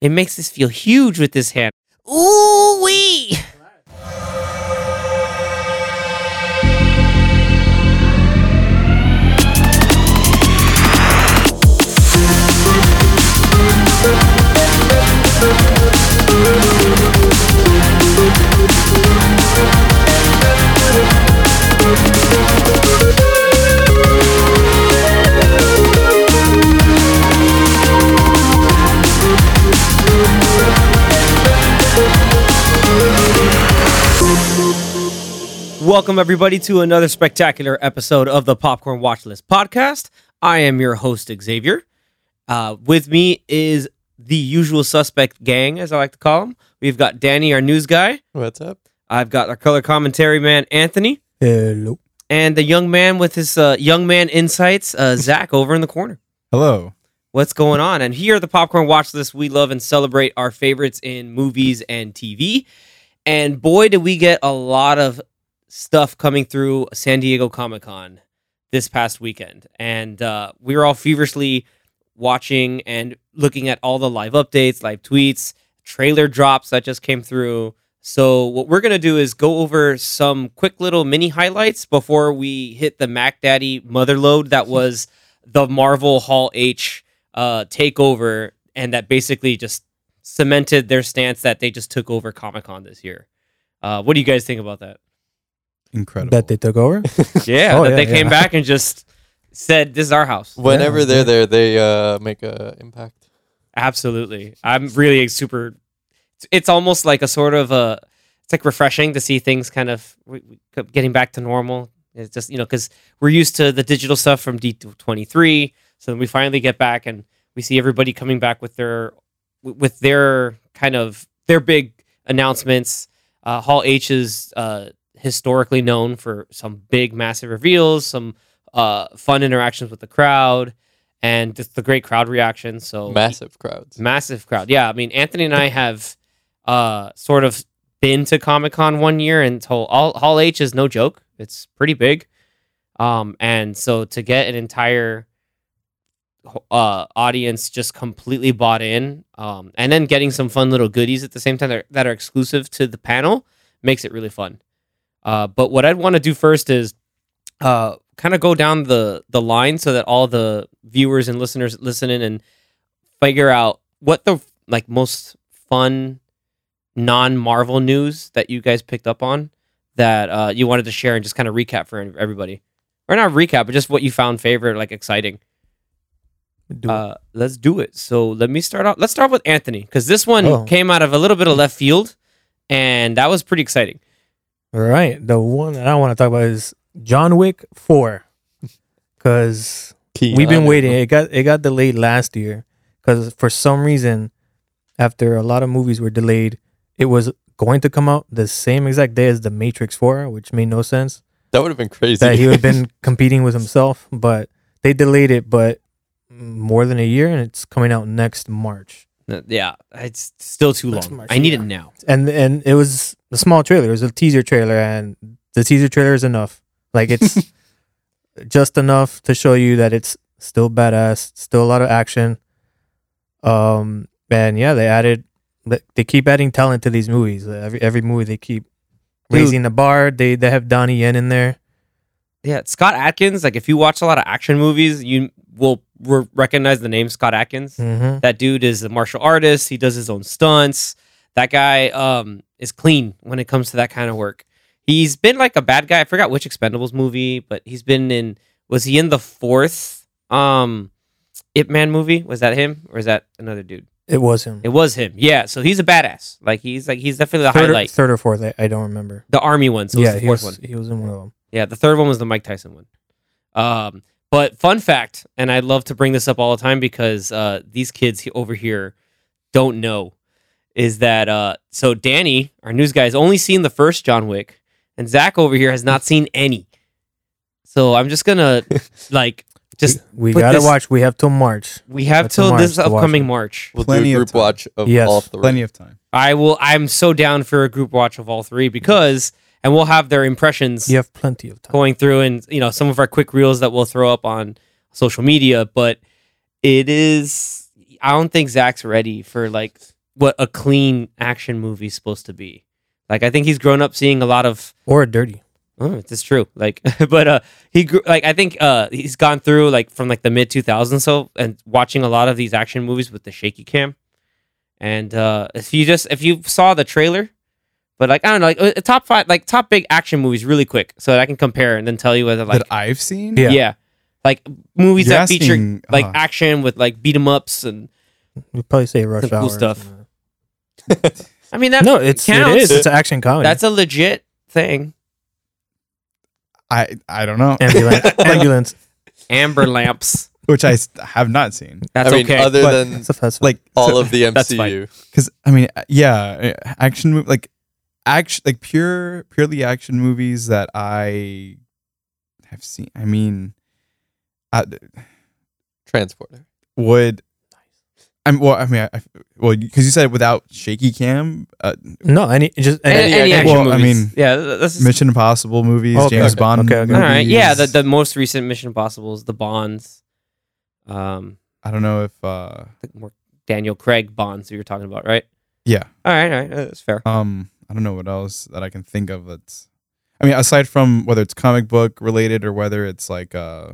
It makes us feel huge with this hand. Ooh wee! Welcome everybody to another spectacular episode of the Popcorn Watchlist podcast. I am your host Xavier. Uh, with me is the usual suspect gang, as I like to call them. We've got Danny, our news guy. What's up? I've got our color commentary man, Anthony, Hello. and the young man with his uh, young man insights, uh, Zach, over in the corner. Hello. what's going on. And here at the Popcorn Watch List, we love and celebrate our favorites in movies and TV. And boy, did we get a lot of stuff coming through San Diego Comic Con this past weekend. And uh, we were all feverishly watching and looking at all the live updates, live tweets, trailer drops that just came through. So, what we're going to do is go over some quick little mini highlights before we hit the Mac Daddy mother load that was the Marvel Hall H uh, takeover, and that basically just cemented their stance that they just took over Comic Con this year. Uh, what do you guys think about that? Incredible. That they took Yeah, over? Oh, that yeah, they came yeah. back and just said, "This is our house." Whenever Yeah. they're there, they uh, make a impact. Absolutely, I'm really super. It's almost like a sort of a. It's like refreshing to see things kind of we- we- getting back to normal. It's just you know because we're used to the digital stuff from D23, so then we finally get back and we see everybody coming back with their with their kind of their big announcements. Uh, Hall H is uh, historically known for some big, massive reveals, some uh, fun interactions with the crowd, and just the great crowd reaction. So Massive crowds. massive crowd. Yeah, I mean, Anthony and I have uh, sort of been to Comic Con one year, and told all Hall H is no joke. It's pretty big, um, and so to get an entire uh, audience just completely bought in, um, and then getting some fun little goodies at the same time that are, that are exclusive to the panel makes it really fun. Uh, but what I'd want to do first is uh, kind of go down the the line so that all the viewers and listeners listening and figure out what the like most fun non Marvel news that you guys picked up on that uh, you wanted to share and just kind of recap for everybody, or not recap, but just what you found favorite, like exciting. Do it. uh, let's do it. So let me start off. Let's start with Anthony because this one Oh. came out of a little bit of left field, and that was pretty exciting. All right. The one that I want to talk about is John Wick 4. Because we've been waiting. It got it got delayed last year. Because for some reason, after a lot of movies were delayed, it was going to come out the same exact day as The Matrix 4, which made no sense. That would have been crazy. That he would have been competing with himself. But they delayed it, but more than a year, and it's coming out next March. Uh, Yeah, it's still too That's long. much, I need yeah. it now. and and it was a small trailer. It was a teaser trailer, and the teaser trailer is enough. Like it's just enough to show you that it's still badass, still a lot of action. Um, and yeah, they added. they- They keep adding talent to these movies. Uh, Every every movie they keep raising the bar. They they have Donnie Yen in there. Yeah, Scott Atkins. Like if you watch a lot of action movies, you will re- recognize the name Scott Atkins. Mm-hmm. That dude is a martial artist. He does his own stunts. That guy um, is clean when it comes to that kind of work. He's been like a bad guy. I forgot which Expendables movie, but he's been in. Was he in the fourth um, Ip Man movie? Was that him or is that another dude? It was him. It was him. Yeah. So he's a badass. Like he's like he's definitely the third, or- highlight. third or fourth. I, I don't remember. the army one. So yeah, it's the he fourth was one. he was in one of them. Yeah, the third one was the Mike Tyson one. Um, but fun fact, and I love to bring this up all the time because uh, these kids he- over here don't know, is that uh, so Danny, our news guy, has only seen the first John Wick, and Zach over here has not seen any. So I'm just gonna like just We put gotta this- watch. We have till March. we have That's a till March this to watch upcoming it. March. we'll plenty do of a group time. watch of Yes, all three. plenty of time. I will. I'm so down for a group watch of all three because, and we'll have their impressions. You have plenty of time. going through and you know some of our quick reels that we'll throw up on social media but it is I don't think Zach's ready for like what a clean action movie is supposed to be. Like I think he's grown up seeing a lot of or dirty. Oh, it's it's true. Like, but uh, he grew, like I think uh, he's gone through like from like the mid 2000s so and watching a lot of these action movies with the shaky cam. And uh, if you just if you saw the trailer, but like I don't know, like uh, top five like top big action movies really quick, so that I can compare and then tell you whether like that I've seen. yeah. Yeah. like movies uh, You're that feature asking, like uh, action with like beat 'em ups and We probably say rush Some cool hour. or stuff. something. I mean that no, it's counts. it is. It's an action comedy. that's a legit thing. I I don't know, ambulance. ambulance. Amber lamps. which I s- have not seen. That's I mean, okay. other but- than It's a festival. Like all of the That's fine. MCU. because I mean, uh, yeah, uh, action movie like action like pure purely action movies that I have seen. I mean, I, Transporter. would I'm well. I mean, I, I- well because you said without shaky cam, uh, no, any just any, any, any action Well, I movies. mean, yeah, th- that's just Mission Impossible movies, Okay, James okay, Bond okay, okay. All movies. right, yeah, the, the most recent Mission Impossibles, the Bonds, um, I don't know if uh, I think more Daniel Craig Bonds that you're talking about, right? yeah. All right, all right, uh, that's fair. Um, I don't know what else that I can think of that's. I mean, aside from whether it's comic book related or whether it's like uh,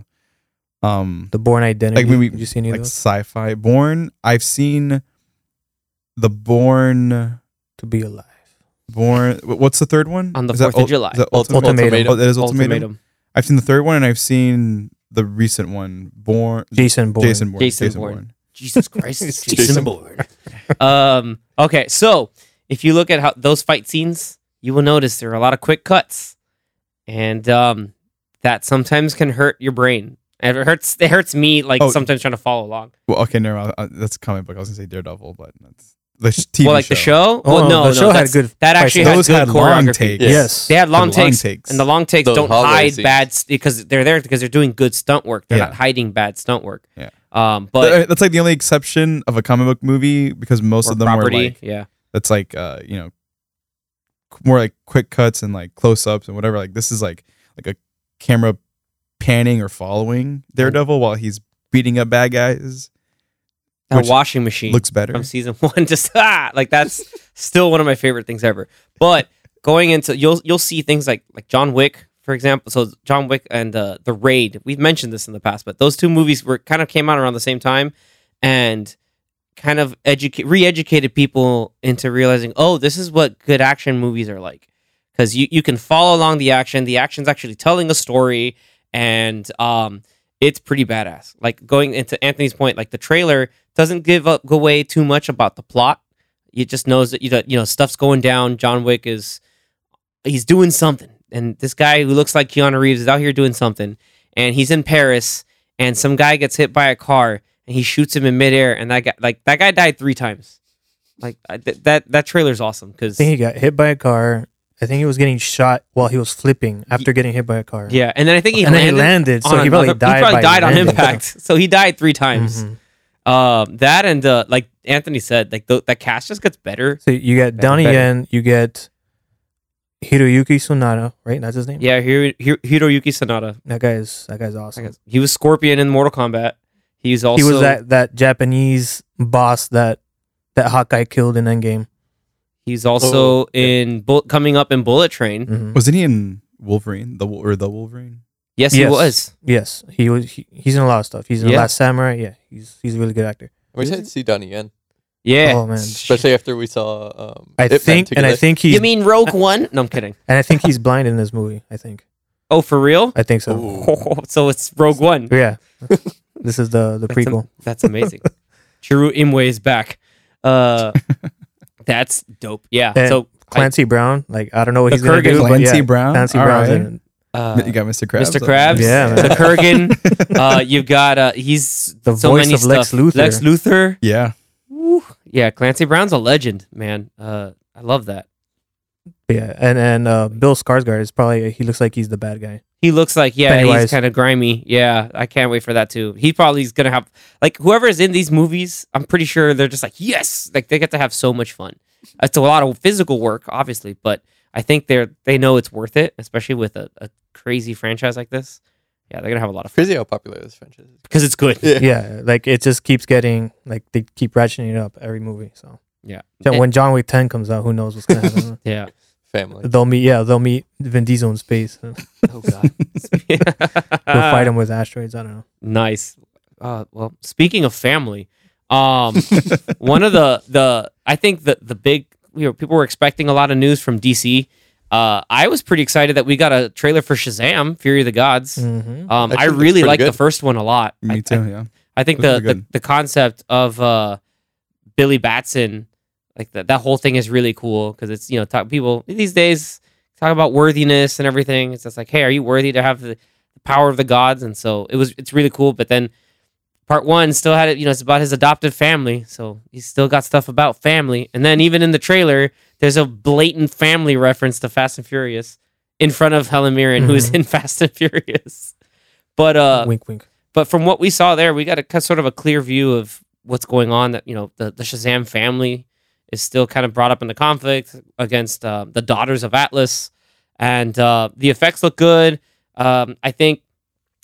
um, the Born Identity. Like, when we- Did you see any like of those? sci-fi. Born, I've seen the Born. To be alive. Born. wh- What's the third one? On the Is 4th that of Ul- July. is that Ultimatum. Ultimatum? Ultimatum. Oh, that is Ultimatum. Ultimatum. I've seen the third one, and I've seen the recent one. Born. Jason Bourne. Jason Bourne. Jason Bourne. Jesus Christ, It's Jason, Jason Bourne. um, okay, so if you look at how those fight scenes, you will notice there are a lot of quick cuts, and um, that sometimes can hurt your brain. And It hurts. It hurts me like Oh. sometimes trying to follow along. Well, okay, no, I- I- that's a comic book. I was gonna say Daredevil, but that's the sh- TV well, like show. the show. Oh, well, no, the no, show had that's- good. that actually fight had Those good had long choreography. takes. Yeah. Yes. They had long The long takes, takes. and the long takes Those don't hallway hide scenes. bad st- because they're there because they're doing good stunt work. They're Yeah. not hiding bad stunt work. Yeah. Um, Th- but uh, that's like the only exception of a comic book movie because most or of them property, were like yeah. that's like uh you know qu- more like quick cuts and like close ups and whatever. Like this is like like a camera panning or following Daredevil while he's beating up bad guys. That which washing machine Looks better. from season one, just ah, like that's still one of my favorite things ever. But going into you'll you'll see things like like John Wick, for example. So John Wick and uh, the Raid. We've mentioned this in the past, but those two movies were kind of came out around the same time, and kind of educate re-educated people into realizing, oh, this is what good action movies are like, because you you can follow along the action. The action's actually telling a story, and um, it's pretty badass. Like going into Anthony's point, like the trailer doesn't give up away too much about the plot. It just knows that you know, you know stuff's going down. John Wick is he's doing something, and this guy who looks like Keanu Reeves is out here doing something, and he's in Paris, and some guy gets hit by a car, and he shoots him in midair, and that guy like that guy died three times. Like I- th- that that trailer's awesome I because think he got hit by a car. I think he was getting shot while he was flipping after getting hit by a car. yeah, and then I think he and landed, then he landed, so on he probably another- died. he probably by died on landing. impact, so he died three times. Mhm. Um, that and uh, like Anthony said, like the, that cast just gets better. So you get Better, Donnie better. Yen, you get Hiroyuki Sunada, right? That's his name. Yeah, Hiro, Hiro, Hiroyuki Sanada. That guy is that guy's I awesome. guess- He was Scorpion in Mortal Kombat. He's also he was that that Japanese boss that that Hawkeye killed in Endgame. He's also Oh, yeah. in Bull coming up in Bullet Train. Mhm. Wasn't he in Wolverine? The Wol- or the Wolverine? Yes, he Yes. was. Yes, he was. He, he's in a lot of stuff. He's in Yeah. the Last Samurai. Yeah, he's he's a really good actor. I wish I'd see Donnie Yen, Yeah. Oh man, especially after we saw. Um, I Ip Man think and I together. think he's you mean Rogue One? No, I'm kidding. and I think he's blind in this movie. I think Oh, for real? I think so. Ooh. so it's Rogue One. Yeah, this is the the That's am- prequel. That's amazing. Chiru Imwe is back. Uh, that's dope. Yeah. And so I- Clancy Brown. Like I don't know what The he's gonna Kurgan. do. but Clancy yeah, Brown. Clancy All Brown's right. in it. uh, you got Mr. Krabs. Mr. up Krabs, there. Yeah, the Kurgan. Uh, you've got uh, he's The so voice many of Lex stuff. Luthor. Lex Luthor. yeah. Woo. Yeah, Clancy Brown's a legend, man. Uh, I love that. Yeah, and and uh, Bill Skarsgård is probably he looks like he's the bad guy. He looks like yeah, he's Pennywise. kind of grimy. Yeah, I can't wait for that too. He probably is gonna have like whoever is in these movies. I'm pretty sure they're just like yes, like they get to have so much fun. It's a lot of physical work, obviously, but I think they're they know it's worth it, especially with a, a crazy franchise like this. Yeah, they're gonna have a lot of fun Crazy how popular this franchise is. because it's good. Yeah. yeah, like it just keeps getting like they keep ratcheting it up every movie. So Yeah, Eh, So when John Wick Ten comes out, who knows what's gonna happen? yeah. Family. they'll meet, yeah, they'll meet Vin Diesel in space. They'll Oh god, they'll Ah. fight him with asteroids. I don't know. Uh, Nice. Uh, well, speaking of family, um, one of the the I think the the big you know, people were expecting a lot of news from DC. Uh, I was pretty excited that we got a trailer for Shazam: Fury of the Gods. hmm Um, I Actually, looks really pretty like the good. first one a lot. I- Me I, too. yeah. I think Looks the, pretty the good. the concept of uh, Billy Batson, like that that whole thing is really cool because it's you know talk, people these days talk about worthiness and everything. It's just like, hey, are you worthy to have the, the power of the gods? And so it was it's really cool. But then part one still had it. You know, it's about his adopted family, so he's still got stuff about family. And then even in the trailer, there's a blatant family reference to Fast and Furious in front of Helen Mirren, who is Mm-hmm. Mhm. in Fast and Furious. But uh, wink, wink. but from what we saw there, we got a ki- sort of a clear view of what's going on. That you know, the, the Shazam family is still kind of brought up in the conflict against uh, the daughters of Atlas, and uh, the effects look good. Um, I think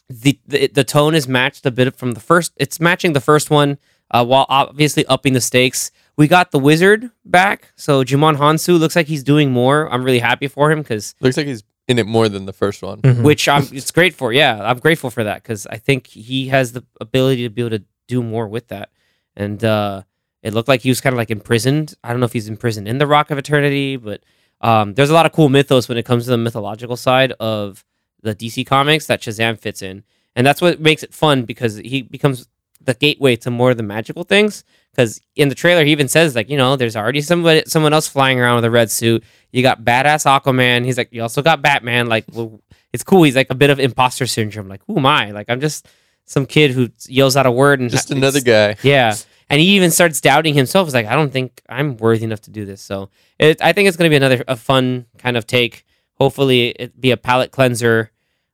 the, the the tone is matched a bit from the first. It's matching the first one uh, while obviously upping the stakes. We got the wizard back, so Jumon Hansu looks like he's doing more. I'm really happy for him because Looks like he's in it more than the first one. Mhm. which I'm it's great for. Yeah, I'm grateful for that because I think he has the ability to be able to do more with that. And uh, it looked like he was kind of like imprisoned. I don't know if he's imprisoned in the Rock of Eternity, but um, there's a lot of cool mythos when it comes to the mythological side of the DC comics that Shazam fits in, and that's what makes it fun because he becomes the gateway to more of the magical things. Because in the trailer, he even says like, you know, there's already somebody, someone else flying around with a red suit. You got badass Aquaman. He's like, you also got Batman. Like, well, it's cool. He's like a bit of imposter syndrome. Like, who am I? Like, I'm just some kid who yells out a word and Just ha- another guy. yeah. And he even starts doubting himself. He's like, I don't think I'm worthy enough to do this. So it, I think it's going to be another a fun kind of take. Hopefully, it be a palate cleanser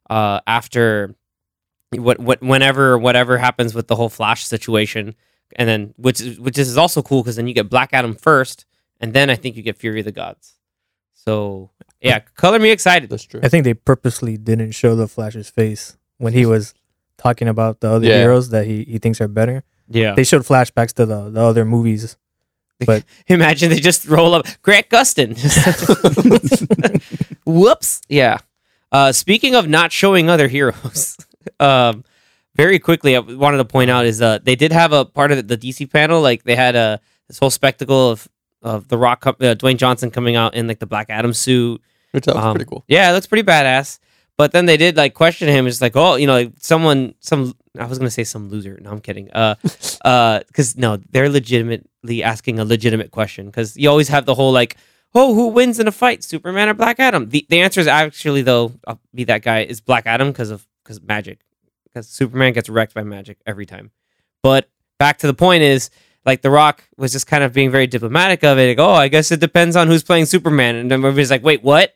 uh, after what, what whenever whatever happens with the whole Flash situation, and then which is which is also cool because then you get Black Adam first, and then I think you get Fury of the Gods. So yeah, color me excited. That's true. I think they purposely didn't show the Flash's face when he was talking about the other Yeah. heroes that he, he thinks are better. Yeah, They showed flashbacks to the, the other movies. imagine they just roll up Grant Gustin. Whoops. Yeah. Uh, speaking of not showing other heroes, um, very quickly, I wanted to point out is uh, they did have a part of the DC panel. Like they had a this whole spectacle of of the Rock, com- uh, Dwayne Johnson coming out in like the Black Adam suit, Which that was um, pretty cool. yeah, it looks pretty badass. But then they did like question him. It's like, oh, you know, like someone, some. I was gonna say some loser. No, I'm kidding. Uh, uh, because no, they're legitimately asking a legitimate question. Because you always have the whole like, oh, who wins in a fight, Superman or Black Adam? The the answer is actually though, I'll be that guy is Black Adam because of because magic, because Superman gets wrecked by magic every time. But back to the point is. Like The Rock was just kind of being very diplomatic of it. Like, oh, I guess it depends on who's playing Superman. And then everybody's like, wait, what?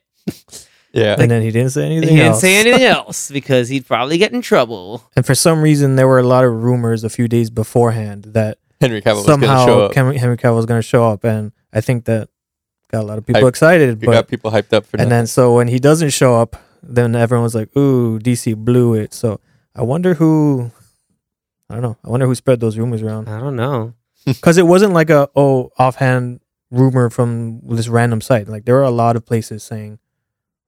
Yeah. and then he didn't say anything He didn't else. say anything else because he'd probably get in trouble. and for some reason, there were a lot of rumors a few days beforehand that Henry Cavill was going to show somehow up. Henry, Henry Cavill was going to show up. And I think that got a lot of people Hype. excited. We But got people hyped up for And that. then so when he doesn't show up, then everyone was like, "Ooh, DC blew it." So I wonder who. I don't know. I wonder who spread those rumors around I don't know. because it wasn't like a oh offhand rumor from this random site. Like there are a lot of places saying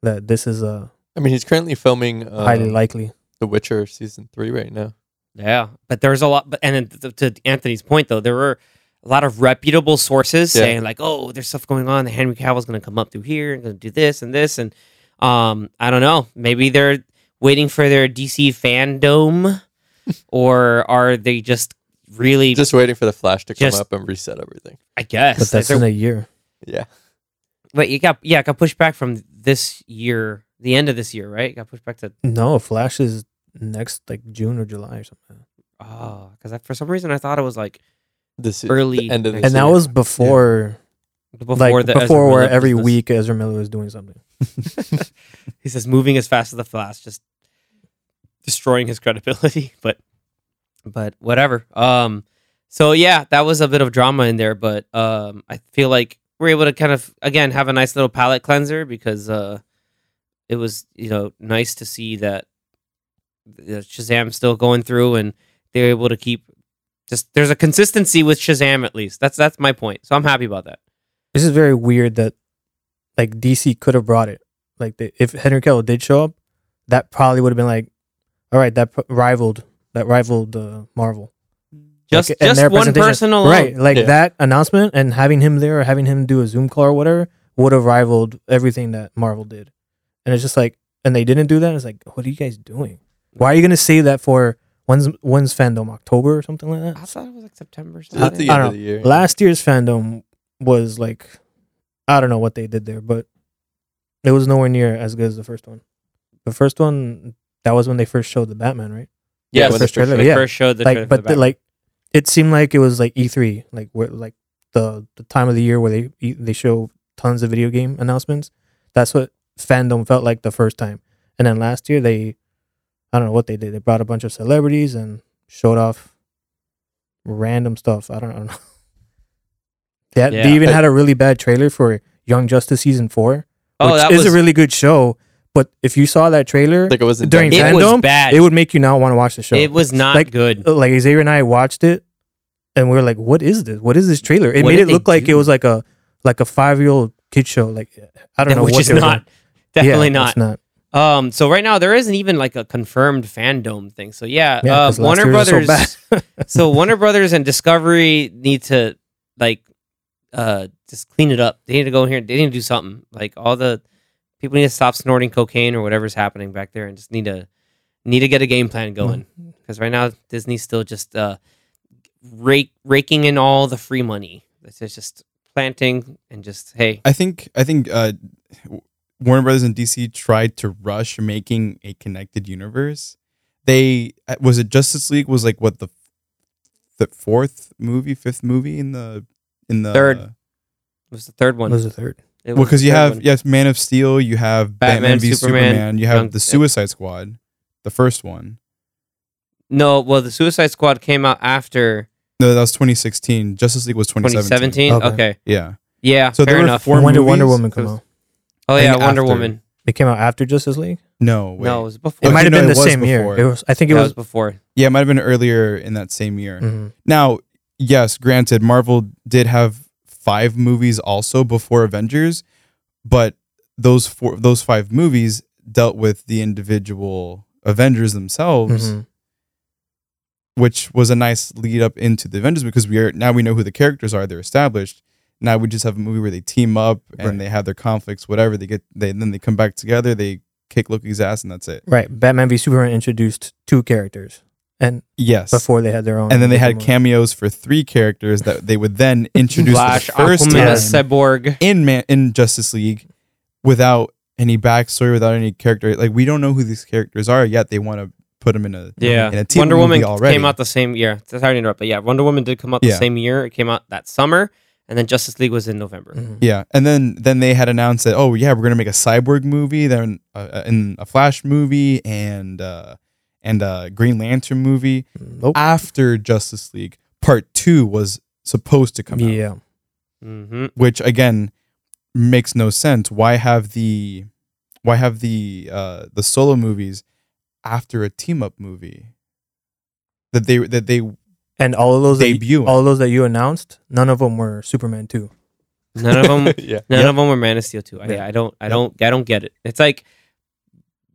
that this is a I mean, he's currently filming Uh, um, highly likely. The Witcher season three right now. Yeah, but there's a lot. But and then to, to Anthony's point though, there were a lot of reputable sources Yeah. saying like, "Oh, there's stuff going on. Henry Cavill's going to come up through here and going to do this and this." And um, I don't know. Maybe they're waiting for their DC fandom, or are they just really? Just waiting for the Flash to come Just- up and reset everything. I guess. But that's They're- in a year. Yeah. but you got yeah, it got pushed back from this year, the end of this year, right? It got pushed back to No, Flash is next like June or July or something. oh, because for some reason I thought it was like This is Early the end of next the And that year. was before, before like the Ezra before where Miller every business. week Ezra Miller was doing something. he says moving as fast as the flash just destroying his credibility but but whatever um so yeah that was a bit of drama in there but um i feel like we're able to kind of again have a nice little palate cleanser because uh it was you know nice to see that uh, Shazam's still going through, and they're able to keep just there's a consistency with Shazam at least. That's that's my point. So I'm happy about that. This is very weird that like DC could have brought it. Like the, if Henry Cavill did show up, that probably would have been like, all right, that pr- rivaled that rivaled uh, Marvel. Just Like, and just their one presentation- person alone, Right, like Yeah. that announcement and having him there or having him do a Zoom call or whatever would have rivaled everything that Marvel did. And it's just like, and they didn't do that. It's like, what are you guys doing? Why are you gonna say that for when's when's fandom October or something like I that? thought it was like September. At the Something. I end don't of the year. Last year's fandom was like, I don't know what they did there, but it was nowhere near as good as the first one. The first one that was when they first showed the Batman, right? yeah, Yes. when first the first- trailer, They yeah. first showed the trailer like for the but the, Batman. like it seemed like it was like E3 like where like the the time of the year where they e- they show tons of video game announcements that's what fandom felt like the first time and then last year they I don't know what they did they brought a bunch of celebrities and showed off random stuff I don't, I don't know yeah, Yeah. they even I- had a really bad trailer for Young Justice season 4 oh, which that is was a really good show but if you saw that trailer Like it wasn't during done it yet. was fandom, bad. it would make you not want to watch the show It was not Like, good. like Xavier and I watched it, and we were like, "What is this? What is this trailer?" It What made did it they look like do? it was like a like a five year old kid show. Like I don't know, which what is they were not doing. definitely Yeah, not. It's not. Um, so right now there isn't even like a confirmed fandom thing. So yeah, Yeah, uh, 'cause last Warner year was so Brothers. bad. So, Warner Brothers and Discovery need to like uh just clean it up. They need to go in here. They need to do something. Like all the people need to stop snorting cocaine or whatever's happening back there, and just need to need to get a game plan going. Because right now Disney's still just uh rake raking in all the free money. It's just planting and just hey, I think I think uh, Warner Brothers and DC tried to rush making a connected universe. They uh, was it Justice League was like what the the fourth movie, fifth movie in the in the Third. it was the third one. What was the third? It Well, was the because you third have one. you have Man of Steel, you have Batman, Batman, v Superman, Superman, you have Young- the Suicide Squad, the first one. No, well, the Suicide Squad came out after No, that was 2016. Justice League was 2017. 2017. Okay. Okay. Yeah. Yeah, fair So there were enough. four when did Wonder movies? Woman come It was- out? oh, yeah, thing Wonder after. Woman. It came out after Justice League. No, wait. No, it was It before. Okay, might have no, been Oh, it the was same before. year. It was. I think it that was. was before. Yeah, it might have been earlier in that same year. mhm. Now, yes, granted, Marvel did have five movies also before Avengers, but those four, those five movies dealt with the individual Avengers themselves, Mhm. which was a nice lead up into the Avengers because we are now we know who the characters are; they're established. Now we just have a movie where they team up and Right. they have their conflicts, whatever they get. They then they come back together, they kick Loki's ass, and that's it. Right. Batman v Superman introduced two characters, and Yes. before they had their own. and then they had Pokemon. cameos for three characters that they would then introduce Flash, the first Aquaman, time. Cyborg. in Man- in Justice League without any backstory, without any character. Like we don't know who these characters are yet. They want to put them in a Yeah, in a team Wonder movie Woman already. came out the same year. Sorry to interrupt, but yeah, Wonder Woman did come out the Yeah. same year. It came out that summer, and then Justice League was in November. Mhm. yeah, and then then they had announced that oh yeah we're gonna make a cyborg movie, then uh, in a Flash movie and uh, and a Green Lantern movie Nope. after Justice League Part Two was supposed to come out. Yeah. Mm-hmm. which again makes no sense. Why have the why have the uh, the solo movies after a team up movie that they that they And all of those that Debut. you, all of those that you announced, none of them were Superman two. None of them yeah. None Yep. of them were Man of Steel two. I, Yeah. I don't, I don't, I don't get it. It's like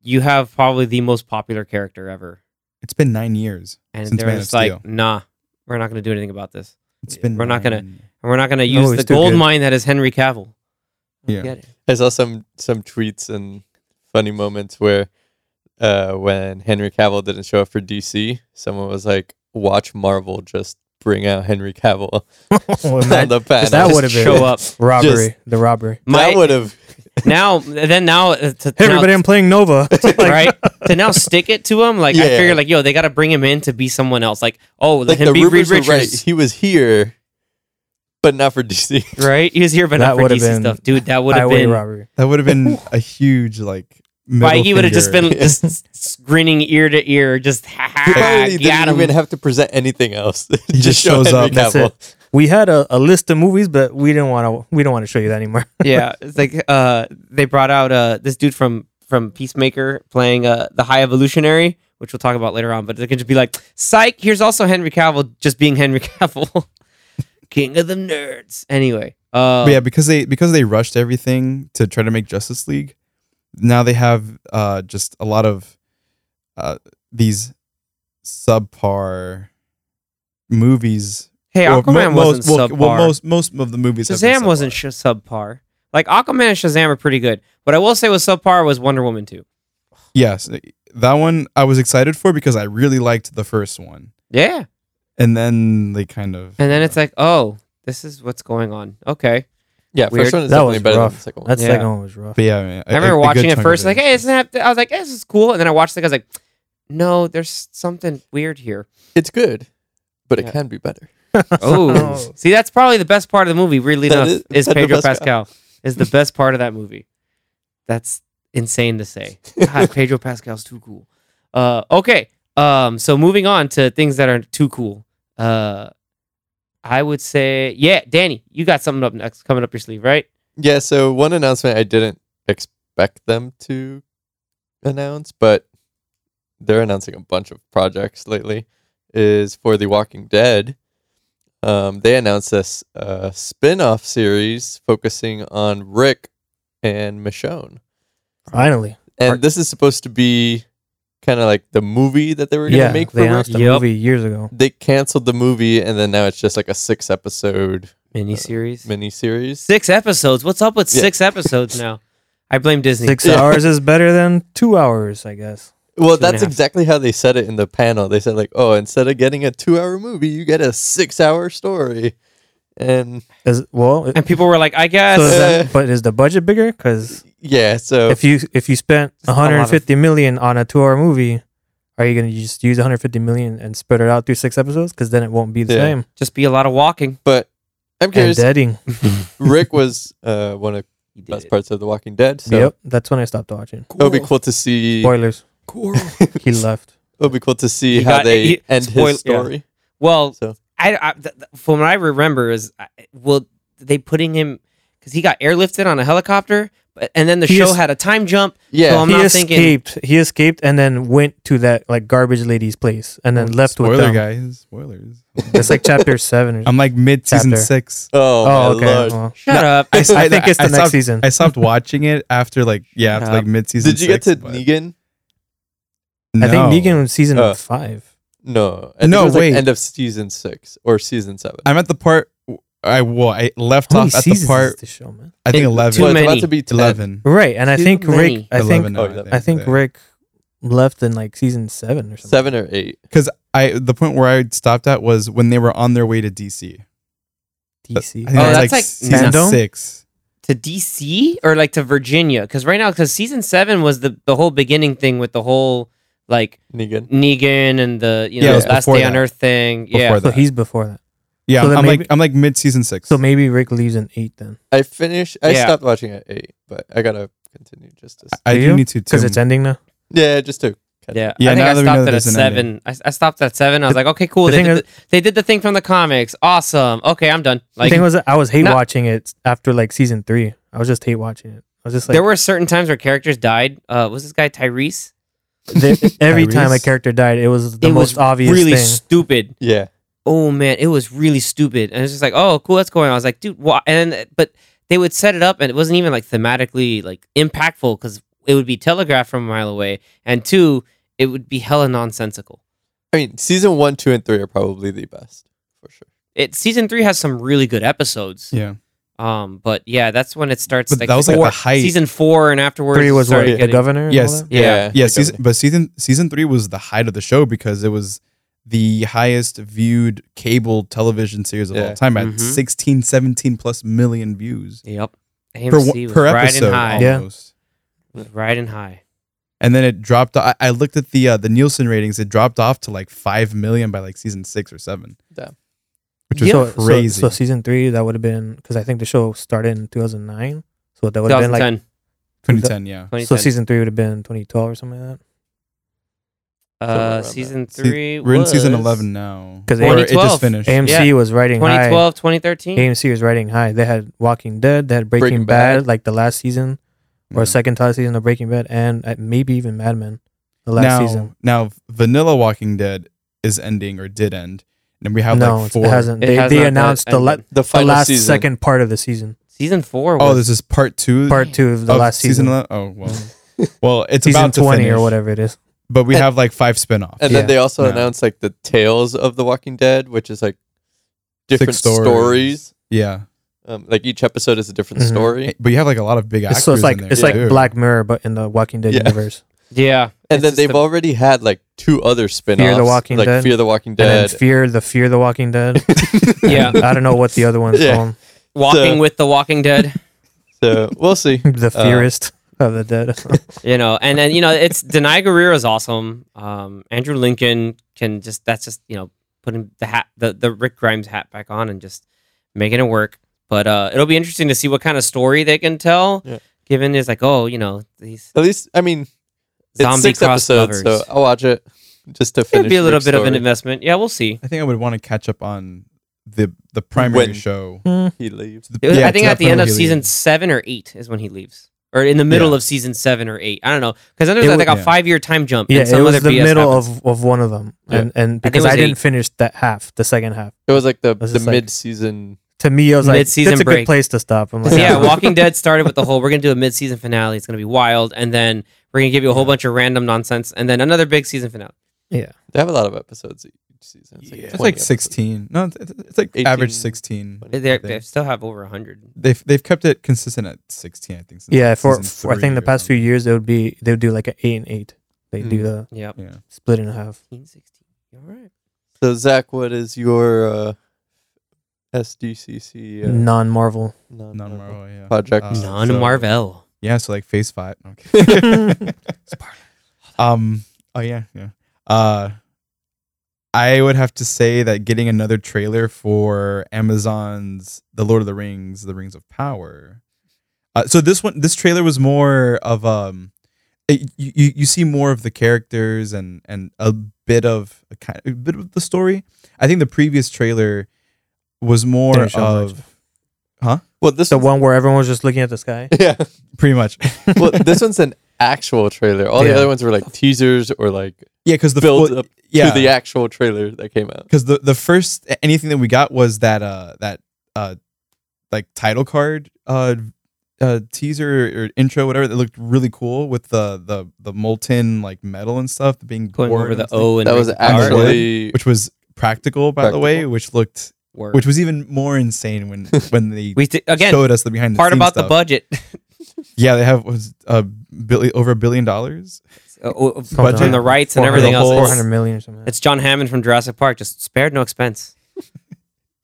you have probably the most popular character ever, it's been nine years and Since they're Man of just like, Steel. nah, we're not going to do anything about this, it's been We're not gonna- nine. and we're not going to No, use it's the too gold good. mine that is Henry Cavill. I don't Yeah. get it. I saw some some tweets and funny moments where uh when Henry Cavill didn't show up for DC, someone was like, "Watch Marvel just bring out Henry Cavill on the panel." that would have Just been show up. robbery. Just- the robbery. My- that would have now then now uh, to, Hey, everybody, I'm playing Nova. Like, now, right to now stick it to him like I Yeah. figure like yo they got to bring him in to be someone else like oh let like him the be Reed rumors were right. Richards He was here, but not for DC. right. he was here but That not for would've DC been stuff dude that would have highway been robbery. that would have been a huge like Feige would have just been finger. just grinning ear to ear just ha He ha ha, probably didn't got him even have to present anything else. He just shows Henry up. That's Cavill. We had a, a list of movies, but we didn't want to. We don't want to show you that anymore. yeah it's like uh they brought out uh this dude from from Peacemaker playing uh the High Evolutionary which we'll talk about later on. But they can just be like, "Psych." Here's also Henry Cavill just being Henry Cavill, king of the nerds. Anyway, uh, but yeah, because they because they rushed everything to try to make Justice League. Now they have uh, just a lot of uh, these subpar movies. hey, Or mo- Aquaman most, wasn't well, subpar. well, most most of the movies. have been Shazam wasn't subpar. sh- subpar. Like Aquaman and Shazam are pretty good. What I will say was subpar was Wonder Woman too. Yes, that one I was excited for because I really liked the first one, Yeah. and then they kind of. And then it's like, oh, this is what's going on. Okay. Yeah, Weird. first one is That definitely was better rough. than the second one. That Yeah. second one was rough. But yeah, I, mean, I remember watching it first, like, hey, isn't that? I was like, hey, this is cool. And then I watched it, I was like, no, there's something weird here. It's good, but it Yeah. can be better. Oh, see, that's probably the best part of the movie. Really That enough, is- is, that the Pedro best Pascal is the best part of that movie. That's insane to say. God, Pedro Pascal's too cool. Uh, okay, um, so moving on to things that are too cool. Uh, I would say, yeah, Danny, you got something up next coming up your sleeve, right? Yeah, so one announcement I didn't expect them to announce, but they're announcing a bunch of projects lately. Is for The Walking Dead. Um, they announced this uh, spin-off series focusing on Rick and Michonne, Finally, and this is supposed to be kind of like the movie that they were going to yeah, make for they Rick. announced a Yep. movie years ago. They canceled the movie, and then now it's just like a six-episode Miniseries, miniseries. six episodes. What's up with Yeah. six episodes now? I blame Disney. Six Yeah. hours is better than two hours, I guess. Well, Two and a that's half. exactly how they said it in the panel. They said like, "Oh, instead of getting a two-hour movie, you get a six-hour story," and Is well, it- And people were like, I guess. so is that- uh, but is the budget bigger? Because yeah. So if you if you spent a lot of- 150 million on a two hour movie, are you gonna just use 150 million and spread it out through six episodes? Because then it won't be the Yeah. same. just be a lot of walking. but I'm And curious. deading. Rick was uh, one of He the best did. parts of The Walking Dead. So Yep, that's when I stopped watching. it would be cool to see. It Spoilers. He left. would be cool to see He how got- they he- end spoil- yeah. his story. Well, So- I, I th- th- from what I remember is, I, well, they putting him because he got airlifted on a helicopter, but and then the He show is- had a time jump. Yeah. So I'm he not thinking- escaped. He escaped and then went to that like garbage lady's place and then left with Oh, spoiler them. guys, spoilers. It's like chapter seven. Or I'm like mid season Chapter. six. oh, oh, my okay. lord. well, Shut up! I, I think it's the I next stopped, season. I stopped watching it after like yeah, after Yeah. like mid season. Did you get to Negan? I think Negan was season Uh, five. No. I think No, it was, like, wait. end of season six or season seven. I'm at the part. I well, I left How many off at the seasons part is the show, man? I think It- eleven. too Well, it's many. about to be 10. Eleven. Right, and I Too think Rick. many. I think Eleven. now, Oh, I think Rick left in like season seven or something. seven or eight. Because I the point where I stopped at was when they were on their way to DC. DC. uh, I think Oh, that's that's like season Fandom? six. To DC or like to Virginia? Because right now, because season seven was the the whole beginning thing with the whole like Negan. Negan and the you Yeah, know it was last before day on that. Earth thing. Before yeah, that. so he's before that. Yeah, So then I'm maybe- like I'm like mid season six. So maybe Rick leaves in eight then, I finished. I Yeah. stopped watching at eight, but I gotta continue just to. I Do do you? need to too. because it's ending now. Yeah, just to. yeah. Yeah, I think now I that we know stopped it that at there's an ending. seven. I, I stopped at seven. I was like, okay, cool. the They thing did is- the, they did the thing from the comics. Awesome. Okay, I'm done. Like the thing was, I was hate No. watching it after like season three. I was just hate watching it. I was just like there were certain times where characters died. Uh, was this guy Tyrese? the- every time a Tyrese? character died, it was the it most was obvious really thing. stupid. Yeah. Oh man, it was really stupid. And it's just like, oh, cool, that's going on. I was like, dude, why? And then- but they would set it up, and it wasn't even like thematically like impactful because it would be telegraphed from a mile away, and two, it would be hella nonsensical. I mean, season one, two, and three are probably the best for sure. It season three has some really good episodes. yeah. Um, but yeah, that's when it starts. But that was, like, four- the height. Season four and afterwards. Three it was what started the getting- governor. and all Yes. that? Yeah. yeah I season, got it. but season season three was the height of the show because it was the highest viewed cable television series of Yeah. all time at Mm-hmm. Mhm. sixteen, seventeen 16 17 plus million views Yep. per, AMC one- was per riding episode high. Yeah. almost Was Riding high. and then it dropped I, I looked at the uh, the nielsen ratings it dropped off to like 5 million by like season 6 or 7 Damn. which was So- so- crazy So, season three, that would have been because I think the show started in 2009. So that would have been like 2010. 2010 yeah 2010. so season three would have been 2012 or something like that. Somewhere Uh, around season Se- three. we're in season was 11 now 'Cause Or it 2012. just finished AMC was writing high. 2012, 2013. AMC was writing high. They had Walking Dead. They had Breaking Breaking, Bad, Bad. like the last season Yeah. or second to last season of Breaking Bad, and uh, maybe even Mad Men. the last now, season. Now, Vanilla Walking Dead is ending or did end, and we have no, like it's- four. it hasn't. It they has they not announced the, la- ended. The the final last season. second part of the season, Season four. oh, was- this is part two part two of the of last season, season. ele- Oh well, well, it's season about to twenty or finish, whatever it is. But we And- have like five spin-offs. And Yeah. then they also No. announced like the Tales of the Walking Dead, which is like different stories. stories. yeah, Um, like each episode is a different Mhm. story. but you have like a lot of big actors. so it's like in there, it's too. like Black Mirror, but in the Walking Dead Yeah. universe. yeah. and It's then just they've the- already had like two other spin-offs, Walking like Dead. Fear the Walking And then Dead. Fear, the Fear, the Walking Dead. yeah I don't know what the other one's Yeah. called. walking So- with the Walking Dead. so we'll see. The Uh, Fearist of the Dead. you know, and then you know it's Denai Guerrero is awesome. Um, Andrew Lincoln can just that's just you know putting the hat the the Rick Grimes hat back on and just making it work. But uh, it'll be interesting to see what kind of story they can tell. Yeah. Given is like oh you know these At least I mean it's zombie six cross episodes, lovers. so I'll watch it just to finish. it'd be a little Rick's bit of an story. investment. Yeah, we'll see. I think I would want to catch up on the the primary When- show. He leaves. to the- It was- yeah, I think to at that the end primary of season lead. seven or eight is when he leaves. Or in the middle Yeah. of season seven or eight, I don't know, because then there's It like wa- a yeah. five-year time jump. yeah, and some it was other the BS middle happens. of, of one of them, Yeah. and and think it because was I didn't eight. finish that half, the second half. It was like the, was the just like- mid-season. To me, I was like, Mid-season that's a good break. place to stop. I'm like, yeah, "Oh." Walking Dead started with the whole we're gonna do a mid season finale, it's gonna be wild, and then we're gonna give you a whole bunch of random nonsense and then another big season finale. They have a lot of episodes each season. It's like, It's 20 like episodes. sixteen. No, it's, it's- it's like average 18. sixteen. They, they I think. still have over hundred. They've they've kept it consistent at sixteen. I think. Since yeah. like For, season for I three think the or past few something. years, it would be they would do like an eight and eight. They do Mm. the Yep. Yeah. split in half. 15, 16. All right. So Zach, what is your uh, SDCC uh, Non Marvel. non- Non Marvel, yeah. project? Uh, Non so- Marvel. Yeah, so like phase five. Okay. um oh yeah, yeah. Uh I would have to say that getting another trailer for Amazon's The Lord of the Rings, The Rings of Power. Uh, so this one this trailer was more of um it, you, you you see more of the characters and and a bit of a kind a bit of the story. I think the previous trailer was more Didn't show much. of Well, this the one's- one where everyone was just looking at the sky. yeah. pretty much Well, this one's an actual trailer. All Yeah. the other ones were like teasers or like yeah because the build well, up yeah. to the actual trailer that came out. because the the first anything that we got was that uh that uh like title card uh uh teaser or intro whatever that looked really cool with the the the molten like metal and stuff being Going poured over and the stuff, O and That was Rings of Power. actually- actually which was practical by the way Practical. which looked Word. which was even more insane when when they we did, again showed us the behind the part scenes about the stuff. budget. yeah they have was a billion over a billion dollars Uh, uh, Budget From the rights and for the everything else. whole- Four It's- hundred million or something. It's John Hammond from Jurassic Park. Just spared no expense.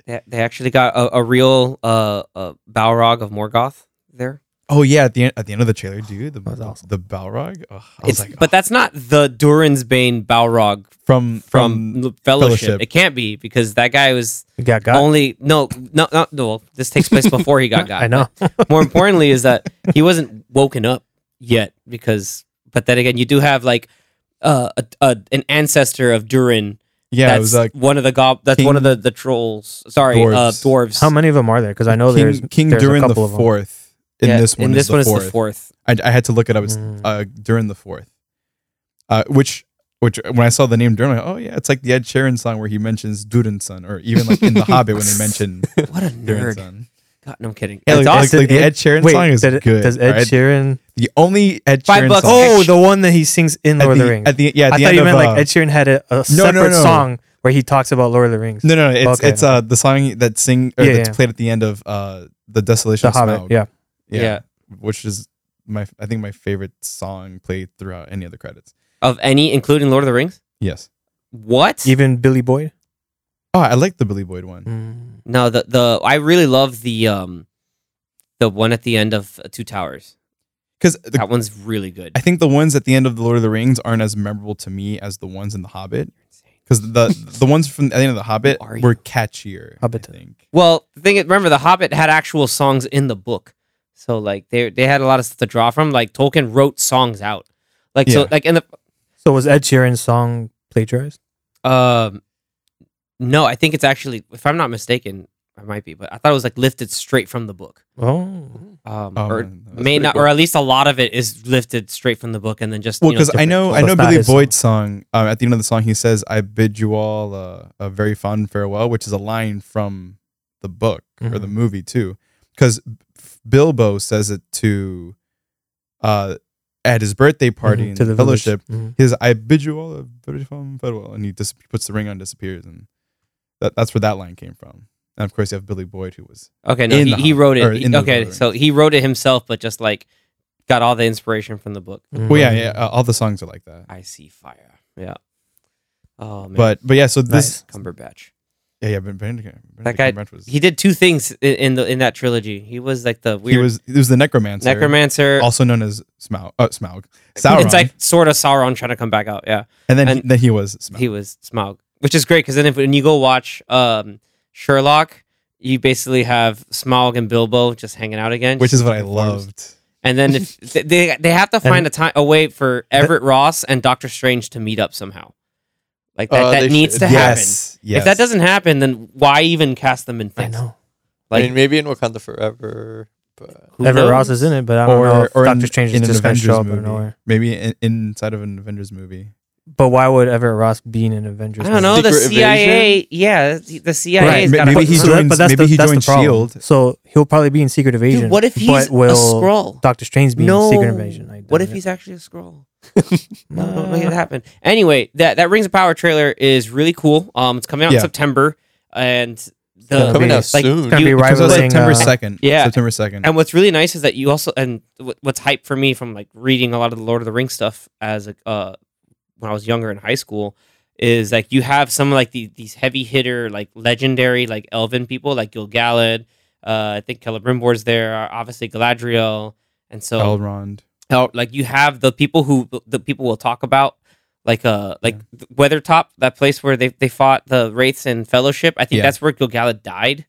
they, they actually got a, a real uh, uh, Balrog of Morgoth there. oh yeah at the end at the end of the trailer dude the That's awesome. the Balrog Ugh, I was It's, like "Oh." but that's not the Durin's Bane Balrog from from, from L- fellowship. Fellowship. It can't be because that guy was It got got. only no, no, no, no. This takes place before he got got. I know. But More importantly, is that he wasn't woken up yet because. But then again, you do have like uh, a, a, an ancestor of Durin. yeah that's it was like one of the gob. That's one of King- the the trolls. Sorry, uh, Dwarves. dwarves. How many of them are there? Because I know King, Oh, there's King there's Durin a the couple of them. fourth. In Yeah, this one, in is this the one fourth. is the fourth. I, I had to look it up. It's Mm. uh, Durin the fourth. Uh, which, which when I saw the name Durin, I'm like, oh yeah, it's like the Ed Sheeran song where he mentions Durin's son, or even like in the Hobbit when they mention What a Durin's nerd! son. God, no, I'm kidding. Yeah, It's like, like, awesome. like the Ed- Ed Sheeran Wait, song is did it- good. does Ed right? Sheeran? the only Ed Five Sheeran bucks song. extra. Oh, the one that he sings in at Lord of the- e, the Rings. At the, yeah, at I the thought end you of, meant uh, like Ed Sheeran had a, a no, separate no. song where he talks about Lord of the Rings. No, no, no, it's Okay. it's uh the song that's sing or Yeah, that's yeah. played at the end of uh the Desolation the of Smaug. Hobbit. Yeah. Yeah. which is my I think my favorite song played throughout any of the credits. of any, including Lord of the Rings. Yes. What? Even Billy Boyd. Oh, I like the Billy Boyd one. Mm. No, the the I really love the um the one at the end of uh, Two Towers. Because That one's really good. I think the ones at the end of the Lord of the Rings aren't as memorable to me as the ones in the Hobbit. Because the the ones from the end of the Hobbit Who are were you? catchier. Hobbit. I think. Well, the thing is, remember the Hobbit had actual songs in the book, so like they they had a lot of stuff to draw from. Like Tolkien wrote songs out, like so Yeah. like in the So was Ed Sheeran's song plagiarized? um no, I think it's actually if I'm not mistaken, I might be, but I thought it was like lifted straight from the book. Oh, Um, Oh, or man, that's may pretty not, cool. or at least a lot of it is lifted straight from the book, and then just Well, you know, because I different- know Well, I know that's not Billy his song. Boyd's song. Um, at the end of the song, he says, "I bid you all uh, a very fond farewell," which is a line from the book or the Mm-hmm. Mhm. movie too, because Bilbo says it to uh, at his birthday party in Mm-hmm. to the village. Fellowship. Mhm. His "I bid you all a very fond farewell," and he dis- puts the ring on, and disappears, and that, that's where that line came from. And of course, you have Billy Boyd, who was Okay, no, in he, the he Hobbit- wrote or it. he- in the okay, Lord of the so he wrote it himself, but just like got all the inspiration from the book. well, yeah, yeah. uh, all the songs are like that. Mm-hmm. I see fire. Yeah. Oh man, But but yeah, so Nice. this Cumberbatch. yeah yeah, Ben- Benedict, Benedict guy- Cumberbatch was He did two things i- in the in that trilogy. He was like the weird he was he was the necromancer. necromancer. also known as Smaug. Uh, Smaug. Sauron. It's like sort of Sauron trying to come back out. Yeah, and then he- and- then he was Smaug. he was Smaug, which is great because then if when you go watch um, Sherlock, you basically have Smaug and Bilbo just hanging out again, which just is what I different forms. loved. And then if th- they they have to find a time a way for Everett Ross and Doctor Strange to meet up somehow. Like that, Uh, that they needs should. to happen. Yes. Yes. If that doesn't happen, then why even cast them in I things? know. Like I mean, maybe in Wakanda Forever, but who Everett knows? Ross is in it, but I don't know if Doctor Strange is just going to show up out movie. of nowhere. Maybe in, inside of an Avengers movie. But why would Everett Ross be in an Avengers? I don't know. movie? The Secret CIA, yeah, the the CIA. has Right, got a maybe he foot- So that- joins- but that's maybe the, he that's joins the problem. S.H.I.E.L.D.. So he'll probably be in Secret Invasion. Dude, what if he's but will a scroll? Doctor Strange be No. in Secret Invasion? I What doubt if it. he's actually a scroll? No, don't make it happen. Uh, Anyway, that that Rings of Power trailer is really cool. Um, it's coming out Yeah. in September, and the gonna coming be- out like, soon. It's gonna You- be it Comes out rivaling September uh, second. yeah. September second. And what's really nice is that you also and what- what's hype for me from like reading a lot of the Lord of the Rings stuff as a uh, when I was younger in high school is like you have some like the, these heavy hitter like legendary like elven people like Gilgalad, uh, I think Celebrimbor's there, obviously Galadriel, and so Elrond. how like you have the people who the people will talk about like uh like th- Weathertop, that place where they they fought the Wraiths and Fellowship. I think Yeah. that's where Gilgalad died.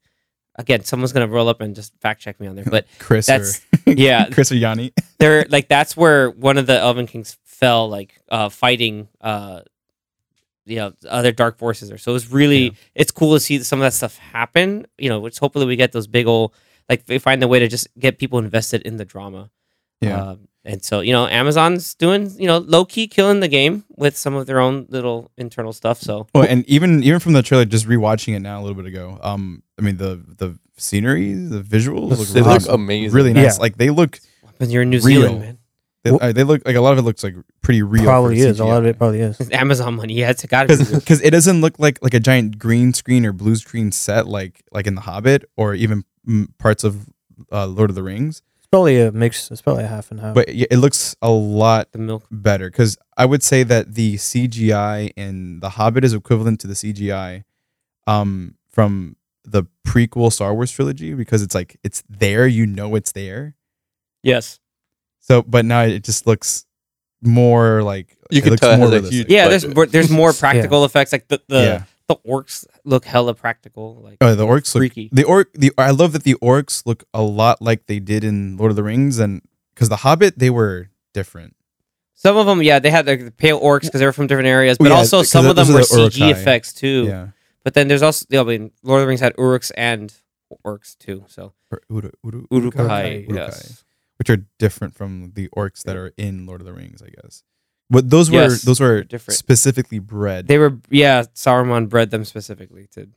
Again, someone's gonna roll up and just fact check me on there, but Chris that's- uh, or yeah, Chris or Yanni. they're like that's where one of the Elven Kings fell, like uh fighting uh you know other dark forces or so it's really Yeah. it's cool to see some of that stuff happen, you know, which hopefully we get those big old like they find a way to just get people invested in the drama. Yeah. Um, and so, you know, Amazon's doing, you know, low key killing the game with some of their own little internal stuff. So Well, and even even from the trailer, just rewatching it now a little bit ago. Um, I mean the the scenery, the visuals look, they look awesome. amazing. really nice. Yeah. Like they look when you're in New Real. Zealand, man. they, Well- uh, they look like a lot of it looks like pretty real. for Probably is. A lot of CGI. it probably is. It's Amazon money. Yeah, it's gotta be real. because it doesn't look like like a giant green screen or blue screen set like like in the hobbit or even mm, parts of uh, lord of the rings It's probably a mix. It's probably a half and half. but y- it looks a lot the milk. better because i would say that the cgi in the hobbit is equivalent to the cgi um from the prequel star wars trilogy because it's like it's there you know it's there Yes. so but now it just looks more like You it can looks tell it more has a realistic. huge- Yeah, Like there's the- more, there's more practical effects. Like the the, yeah the orcs look hella practical. Like Oh, the orcs look freaky. the orc the I love that the orcs look a lot like they did in Lord of the Rings and because the Hobbit they were different. Some of them, yeah, they had like the pale orcs because they were from different areas, but Yeah, also 'cause some th- of them those were are the CG Uruk-hai. effects too. Yeah. But then there's also, yeah, I mean, Lord of the Rings had Uruks and orcs too. So Or Uru- Uru- Urukai, Uruk-hai, yes. Which are different from the orcs that are in Lord of the Rings, I guess. But those were Yes, those were different. specifically bred They were, yeah, Sauron bred them specifically to,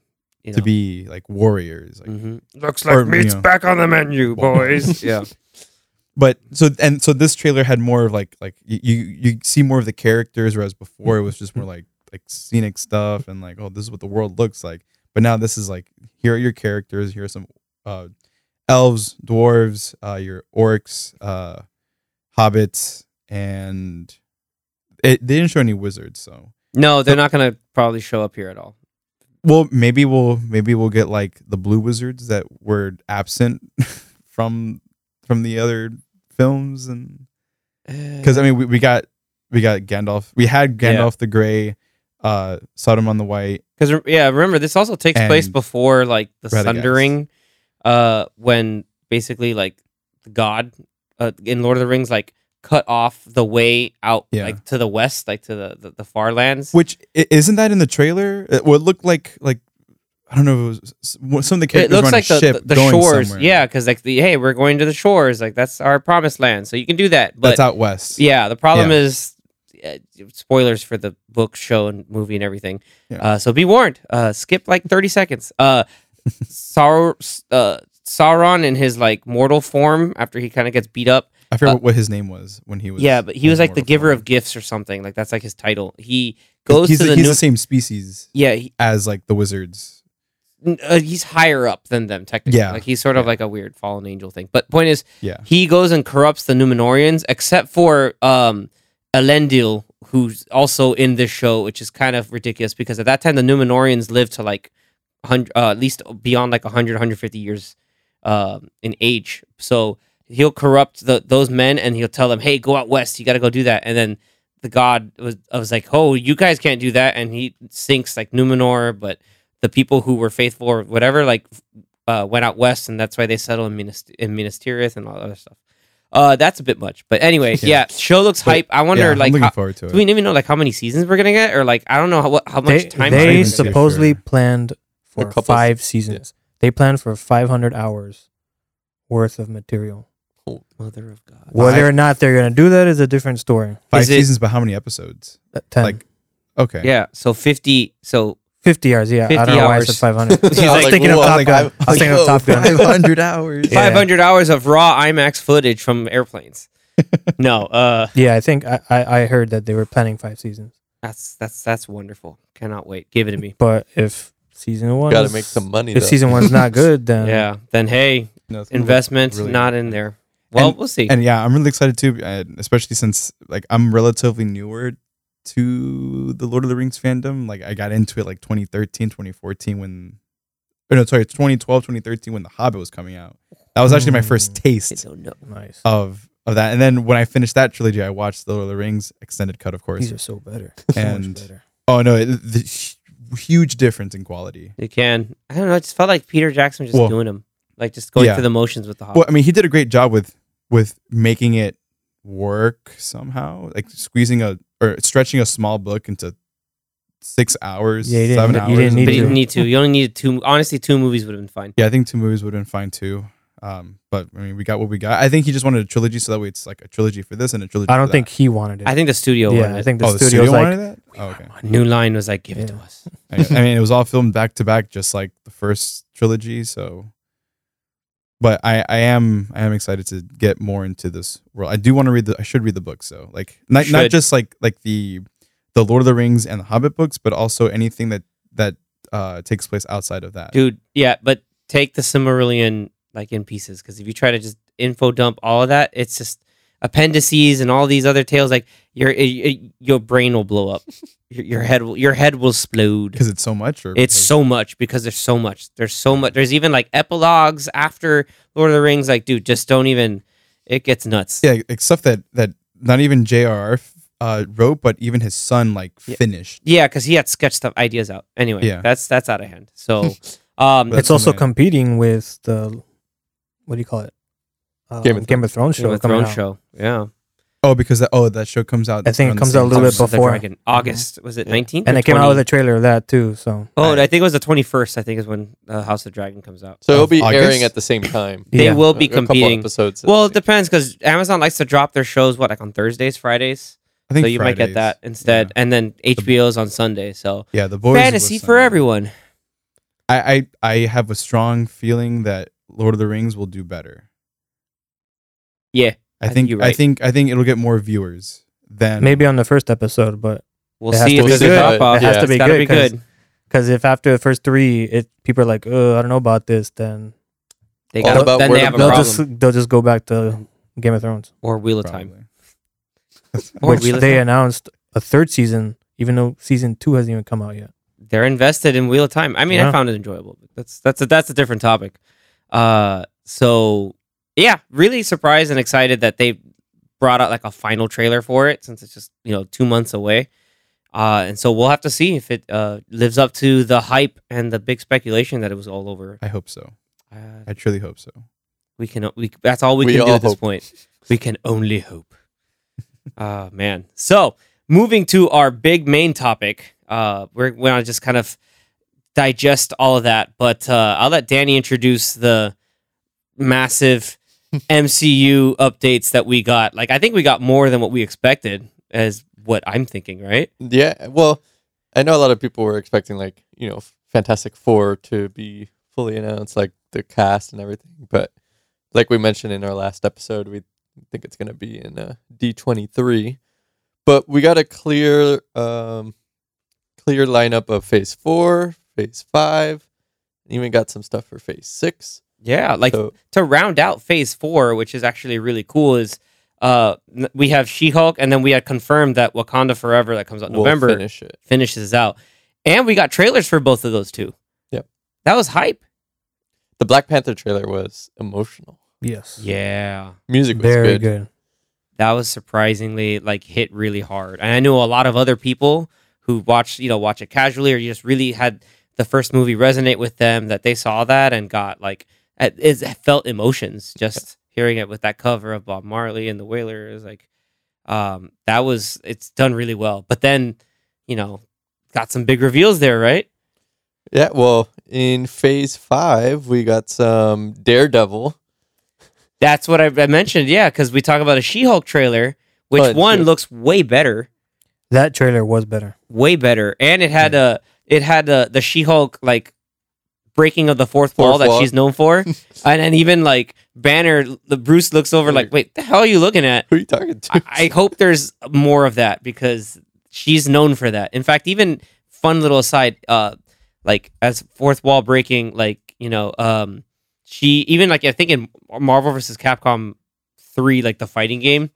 you know, to be like warriors. Like, Mhm. Looks like Or, you meat's know. back on the menu, boys. yeah. But so and so this trailer had more of like like y- you you see more of the characters, whereas before it was just more like like scenic stuff and like oh this is what the world looks like. But now this is like here are your characters. Here are some uh, elves, dwarves, uh, your orcs, uh, hobbits, and it, they didn't show any wizards. So No, they're not gonna probably show up here at all. well maybe we'll maybe we'll get like the blue wizards that were absent from from the other films and because I mean we, we got we got Gandalf. We had Yeah. Gandalf the Gray, uh, Sodom on the White. Because yeah, remember this also takes place And before like the Radagast. Sundering, uh, when basically like the God uh, in Lord of the Rings like cut off the way out Yeah. like to the west, like to the the, the far lands. Uh, Which i- isn't that in the trailer? It, well, it looked like like I don't know. If it was s- some of the It characters were looks on like a the, ship the, the going shores, somewhere. yeah, because like the hey, we're going to the shores, like that's our promised land, so you can do that. But that's out west. Yeah, the problem is uh, spoilers for the book, show, and movie and everything. Yeah. Uh, so be warned. Uh, skip like thirty seconds. Uh, Saur- uh, Sauron in his like mortal form after he kind of gets beat up. I forget what his name was when he was. uh, yeah, but he in was like the Mortal giver Kombat. of gifts or something. Like that's like his title. He goes he's, to the he's new. the same species yeah, he, as like the wizards. n- uh, he's higher up than them technically. Yeah, like he's sort of like a weird fallen angel thing. But point is, Yeah. he goes and corrupts the Numenorians, except for um, Elendil, who's also in this show, which is kind of ridiculous because at that time the Numenorians lived to like 100, uh, at least beyond like 100, 150 years um in age. So he'll corrupt the, those men and he'll tell them, hey, go out west. You got to go do that. And then the god was, I was like, oh, you guys can't do that. And he sinks like Numenor, but the people who were faithful or whatever, like uh, went out west, and that's why they settled in Minas in Minas Tirith and all that other stuff. Uh, that's a bit much, but anyway, Yeah. yeah. show looks But, hype. I yeah, wonder, I'm like, looking how, forward to it. do we even know like how many seasons we're gonna get, or like I don't know how what, how much they, time. not they frame- even sure. supposedly planned for couple five se- seasons. They planned for 500 hours worth of material. Mother of God. Whether Five- or not they're going to do that is a different story. Five is it- seasons, but how many episodes? Uh, 10, Like, okay, Yeah, so fifty. So 50 hours. Yeah, I 50 don't know why I hours. said 500. He's I was like, thinking of whoa, Top like, Gun. I'm- I was thinking of Yo, Top Gun. 500 hours. Yeah. five hundred hours of raw IMAX footage from airplanes. no, uh, Yeah, I think I, I, I heard that they were planning five seasons. that's that's that's wonderful. Cannot wait. Give it to me. But if season one, Got is- to make some money. If though. season one's not good, then Yeah. Then hey, No, it's gonna be- investments Uh, really- not in there. Well, we'll see. And yeah, I'm really excited too, uh, especially since like I'm relatively newer to the Lord of the Rings fandom. Like I got into it like 2013, 2014 when or no, sorry, 2012, 2013 when The Hobbit was coming out. That was actually my first Mm. I taste don't know. nice. of of that. And then when I finished that trilogy, I watched The Lord of the Rings extended cut, of course. These are so better. so And- much better. Oh no, it, the hu- huge difference in quality. It can. I don't know. It just felt like Peter Jackson was just Well, doing him, like just going yeah. through the motions with the Hobbit. Well, I mean, he did a great job with with making it work somehow, like squeezing a or stretching a small book into six hours, Yeah, you didn't- seven you hours. didn't need but you to. didn't need to. You only needed two. Honestly, two movies would have been fine. Yeah, I think two movies would have been fine too. Um, but I mean, we got what we got. I think he just wanted a trilogy, so that way it's like a trilogy for this and a trilogy. I don't for think That. he wanted it. I think the studio. yeah, wanted I it. think the oh, the studio's studio like, wanted that. Oh, okay. New Line was like, "Give it to Yeah. us." I, I mean, it was all filmed back to back, just like the first trilogy. So, but I, I am, I am excited to get more into this world. I do want to read the, I should read the books. So, like, not not Should. just like like the, the Lord of the Rings and the Hobbit books, but also anything that that uh takes place outside of that. Dude, yeah, but take the Cimmerillion like in pieces because if you try to just info dump all of that, it's just appendices and all these other tales. Like your it- it- your brain will blow up, your, your head will your head will explode. because it's so much. Or It's because- so much because there's so much. There's so much. There's even like epilogues after Lord of the Rings. Like, dude, just don't even. It gets nuts. yeah, like stuff that that not even J.R.R. Uh, wrote, but even his son like Yeah. finished. Yeah, because he had sketch stuff ideas out. Anyway, Yeah. that's that's out of hand. So, um, But- it's also Tonight. competing with the what do you call it? Uh, Game of Thrones show. Game of coming Thrones out. show. Yeah, Oh, because that oh that show comes out. I think it around the comes out a same little bit time. House of the before. Mm-hmm. Dragon. August was it Yeah. nineteenth? and it came out with a trailer of that too. So Oh, I think it was the twenty first. I think is when uh, House of Dragon comes out. So it'll of be airing August? at the same time. They Yeah. will be A couple competing. episodes. at Well, it the same- depends because Amazon likes to drop their shows what like on Thursdays, Fridays. I So think you might get Fridays. that instead, Yeah. and then HBO's on Sunday. So Yeah, the boys. was fantasy for Sunday. everyone. I, I I have a strong feeling that Lord of the Rings will do better. Yeah, I I think think you're I right. think I think it'll get more viewers than maybe on the first episode, but We'll It has see to if be there's a good. drop off. It has to be gotta good, be 'cause- good. because if after the first three, it people are like, oh, I don't know about this, then They All got, about then word they of have a they'll problem just they'll just go back to Game of Thrones, or Wheel of Time. probably. Or which Wheel of they Time. announced a third season, even though season two hasn't even come out yet. they're invested in Wheel of Time. I mean, I Yeah. found it enjoyable. But that's that's a, that's a different topic. Uh, so yeah, really surprised and excited that they brought out like a final trailer for it since it's just you know two months away. Uh, and so we'll have to see if it uh, lives up to the hype and the big speculation that it was all over. I hope so. Uh, I truly hope so. we can we that's all we, We can do all at this hope. point. We can only hope. Ah man. So moving to our big main topic, uh, we're going to just kind of digest all of that. But uh, I'll let Danny introduce the massive MCU updates that we got. Like I think we got more than what we expected, as what I'm thinking, right? Yeah, well, I know a lot of people were expecting like you know Fantastic Four to be fully announced, like the cast and everything. But like we mentioned in our last episode, we think it's gonna be in uh, D twenty three. But we got a clear, um, clear lineup of Phase Four, Phase Five, and even got some stuff for Phase Six. Yeah, like uh, so, to round out phase four, which is actually really cool, is uh n- we have She Hulk, and then we had confirmed that Wakanda Forever that comes out in we'll November finish it. finishes out, and we got trailers for both of those two. Yep. that was hype. The Black Panther trailer was emotional. Yes. Yeah, Music was Very good. good. that was surprisingly like hit really hard, and I knew a lot of other people who watched you know watch it casually or you just really had the first movie resonate with them that they saw that and got like it, it felt emotions just hearing it with that cover of Bob Marley and the Wailers like um that was it's done really well but then you know got some big reveals there right Yeah, well, in Phase Five, we got some Daredevil. that's what I, I mentioned yeah because we talk about a She-Hulk trailer which Fun, one too. looks way better That trailer was better. way better. And it had a it had a, the She Hulk like breaking of the fourth, Fourth wall that wall. she's known for, and and even like Banner, the Bruce looks over like, wait, the hell are you looking at? Who are you talking to? I, I hope there's more of that because she's known for that. In fact, even fun little aside, uh, like as fourth wall breaking, like you know, um, she even like I think in Marvel versus Capcom three, like the fighting game,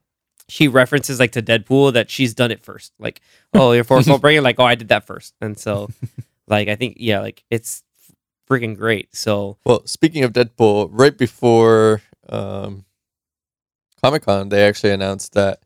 she references like to Deadpool that she's done it first. Like, oh, your fourth wall breaking, like oh, I did that first, and so, like I think yeah, like it's freaking great. So Well, speaking of Deadpool, right before um, Comic Con, they actually announced that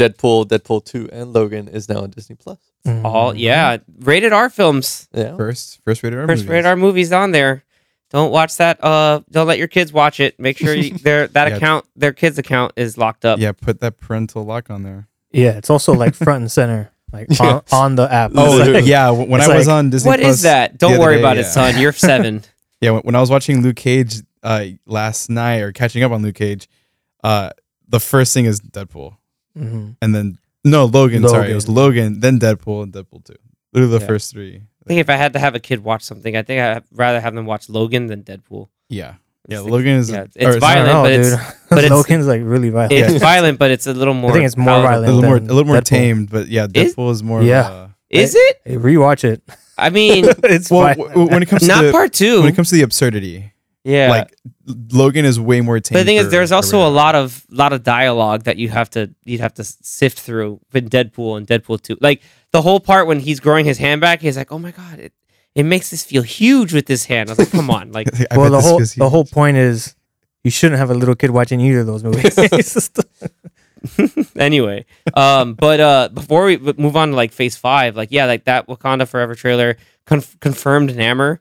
Deadpool, Deadpool Two, and Logan is now on Disney Plus. Mm-hmm. Mm. all yeah, rated R films. Yeah, First, first rated R. first movies. rated R movies on there. Don't watch that. Uh, don't let your kids watch it. Make sure you, their that Yeah. account, their kids' account, is locked up. Yeah, put that parental lock on there. Yeah, it's also like front and center, like on, on the app. Oh, It's like- yeah. When It's I was like, on Disney, What is Plus- that? the Don't other worry day, about it, yeah. son. You're seven. Yeah, when, when I was watching Luke Cage uh, last night or catching up on Luke Cage, uh, the first thing is Deadpool, Mhm. and then no Logan, Sorry, it was Logan, then Deadpool, and Deadpool two. Literally the Yeah. first three. I think if I had to have a kid watch something, I think I'd rather have them watch Logan than Deadpool. Yeah, yeah. It's- Logan is yeah, it's or I violent. don't know, but it's- dude. but it's- Logan's like really violent. It's violent, but it's a little more. think it's more palatable. a violent. little more, a than little more Deadpool. tamed, but yeah, Is- Deadpool is, more. Yeah. Uh, Is it? Hey, rewatch it. I mean, it's well, violent. w- when it comes to not the, part two. when it comes to the absurdity, yeah, like Logan is way more tamed. But the thing is, for there's a also rated a R. lot of lot of dialogue that you have to you'd have to s- sift through with Deadpool and Deadpool two. Like the whole part when he's growing his hand back, he's like, "Oh my god, it it makes this feel huge with this hand." I was like, "Come on, like I well, bet the this whole is- the whole point is you shouldn't have a little kid watching either of those movies. It's just- anyway." Um, but uh, before we but move on to like Phase Five, like yeah, like that Wakanda Forever trailer conf- confirmed Namor.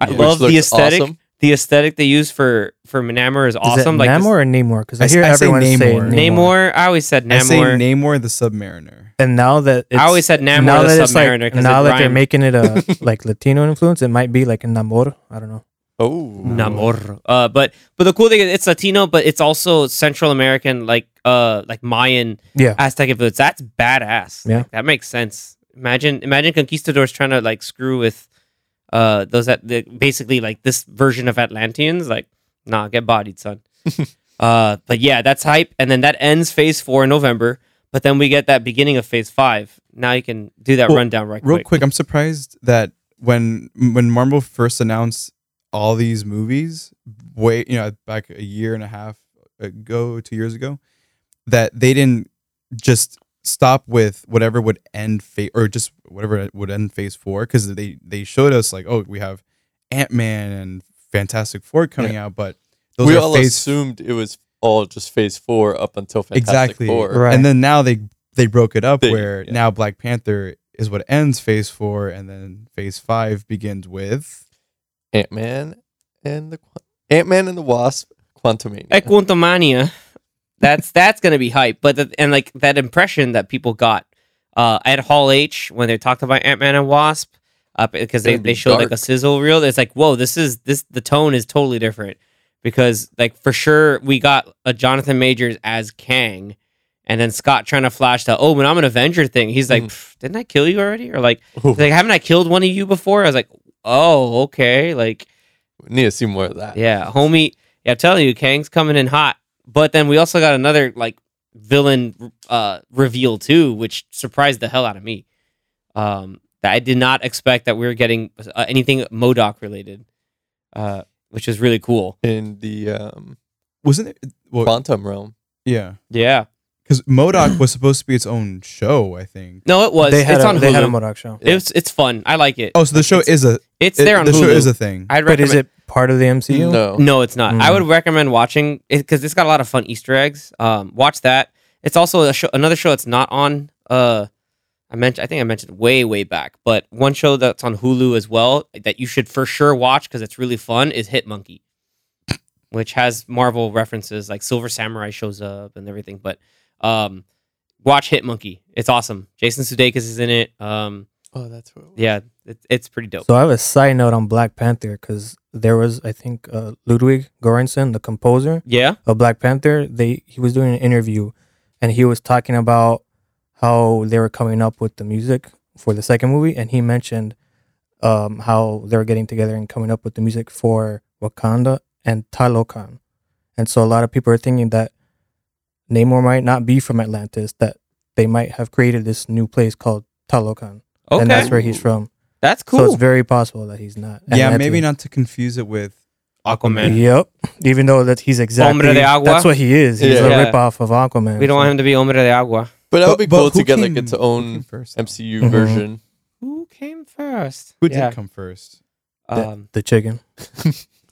I Which love the looks aesthetic. awesome. The aesthetic they use for for Namor is awesome. Is it like this- Namor or Namor? Because I, I s- hear I say everyone say Namor. Namor. Namor. I always said Namor. I say Namor the Submariner. And now that it's, I always said Namor now the that it's like, Submariner 'cause now it that they're rhymed. making it a like Latino influence, it might be like Namor. I don't know. Oh, Namor. Uh, but but the cool thing is it's Latino, but it's also Central American, like uh like Mayan Yeah, Aztec influence. That's badass. Yeah. Like, that makes sense. Imagine imagine conquistadors trying to like screw with uh those that the, basically like this version of Atlanteans. Like nah, get bodied, son. uh, but yeah, that's hype. And then that ends Phase Four in November. But then we get that beginning of Phase Five. Now you can do that Well, rundown right Real quick. quick, I'm surprised that when when Marvel first announced all these movies, way you know back a year and a half ago, two years ago, that they didn't just stop with whatever would end phase or just whatever would end Phase Four because they they showed us like oh we have Ant Man and Fantastic Four coming out, but those we are all phase assumed it was all just Phase Four up until Fantastic exactly Four. Right. and then now they they broke it up They- where yeah. now black panther is what ends phase four and then phase five begins with Ant Man and the Ant Man and the Wasp, Quantumania. Equantomania. That's that's gonna be hype. But the, and like that impression that people got uh, at Hall H when they talked about Ant Man and Wasp, up because they, It'd be they showed like a dark. sizzle reel. It's like, whoa, this is this the tone is totally different because like for sure we got a Jonathan Majors as Kang, and then Scott trying to flash the oh, when I'm an Avenger thing, he's like, Mm. "Pff, didn't I kill you already? Or like, he's Mm-hmm. like haven't I killed one of you before? I was like, oh, okay, like We need to see more of that. yeah, homie. Yeah, I'm telling you, Kang's coming in hot. But then we also got another like villain uh, reveal too, which surprised the hell out of me. Um, that I did not expect that we were getting uh, anything Modoc related, uh, which is really cool. In the um, Wasn't it? Well, quantum realm. yeah, Yeah, because Modoc was supposed to be its own show, I think. no, it was. they had it's a, on they had a Hulu. Modoc show. It's it's fun. I like it. Oh, so the show it's, is a it's it- there on the Hulu. show is a thing. I'd But recommend. is it part of the MCU? No. No, it's not. I Mm. would recommend watching it because it's got a lot of fun Easter eggs. Um, watch that. It's also a show, another show that's not on. Uh, I mentioned. I think I mentioned way way back, but one show that's on Hulu as well that you should for sure watch because it's really fun is Hit Monkey, which has Marvel references like Silver Samurai shows up and everything. But um, watch Hit Monkey. It's awesome. Jason Sudeikis is in it. Um, Oh, that's what. It was. yeah, it, it's pretty dope. So I have a side note on Black Panther because there was, I think, uh, Ludwig Göransson, the composer yeah. of Black Panther. They he was doing an interview, and he was talking about how they were coming up with the music for the second movie, and he mentioned um, how they were getting together and coming up with the music for Wakanda and Talokan, and so a lot of people are thinking that Namor might not be from Atlantis, that they might have created this new place called Talokan, Okay. and That's, that's where he's from. cool. So it's very possible that he's not. yeah, Atlantean. maybe not to confuse it with Aquaman. Yep. Even though that he's exactly Hombre de agua. that's what he is. He's Yeah. a Yeah. ripoff of Aquaman. we don't so- want him to be Hombre de Agua. But that would be But- but cool who to get came- like its who came own first, though? MCU Mhm. version. Who came first? Who did come first? Um, the chicken.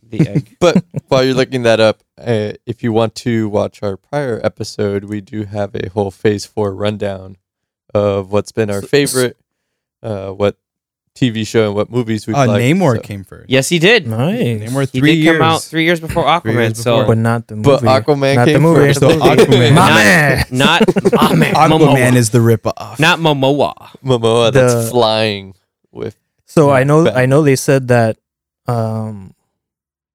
the egg. But while you're looking that up, uh, if you want to watch our prior episode, we do have a whole Phase Four rundown of what's been our So- favorite, uh, what TV show and what movies we've Uh, liked. Namor so- came first. Yes, he did. Nice. Namor He three did years. come out three years before Aquaman. years so But not the movie. But Aquaman Not the came movie. first. So Aquaman- My Not- man. not Oh, Aquaman. Aquaman Momoa. is the ripoff. not Momoa. Momoa that's The- flying with. So I know Batman. I know they said that um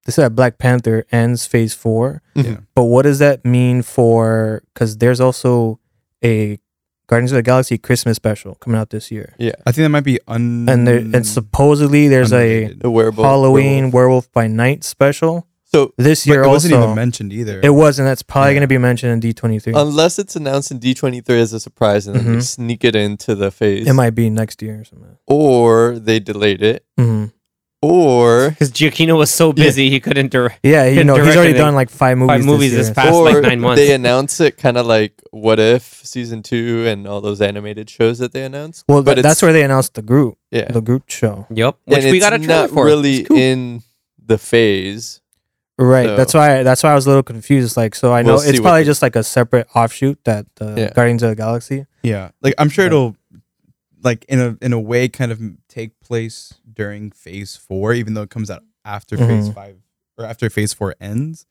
they said Black Panther ends phase four. Yeah. But what does that mean for because there's also a Guardians of the Galaxy Christmas special coming out this year. Yeah, I think that might be un. And there and Mm. supposedly there's a unrelated. the werewolf. Halloween werewolf. werewolf by night special So this But year it wasn't also. even mentioned either. It wasn't. That's probably Yeah. going to be mentioned in D twenty three. unless it's announced in D23 as a surprise and then they Mhm. sneak it into the phase, It might be next year or something. or they delayed it, hmm or Because Giacchino was so busy he couldn't direct. Yeah, you Couldn't know he's direct already anything. done like five movies. Five movies this this, year, past- so- or like, nine months. they announce it kind of like what if season two and all those animated shows that they announced. Well, But th- that's it's- where they announced the group, yeah, the group show. Yep. Which and we it's got a trailer not for. really It's cool. in the phase. Right. So- That's why. That's why I was a little confused. It's Like, so I know We'll see it's what probably they- just like a separate offshoot that uh, Yeah. Guardians of the Galaxy. Yeah, like I'm sure it'll, like in a in a way, kind of m- take place during Phase Four, even though it comes out after Phase Mhm. Five or after Phase Four ends.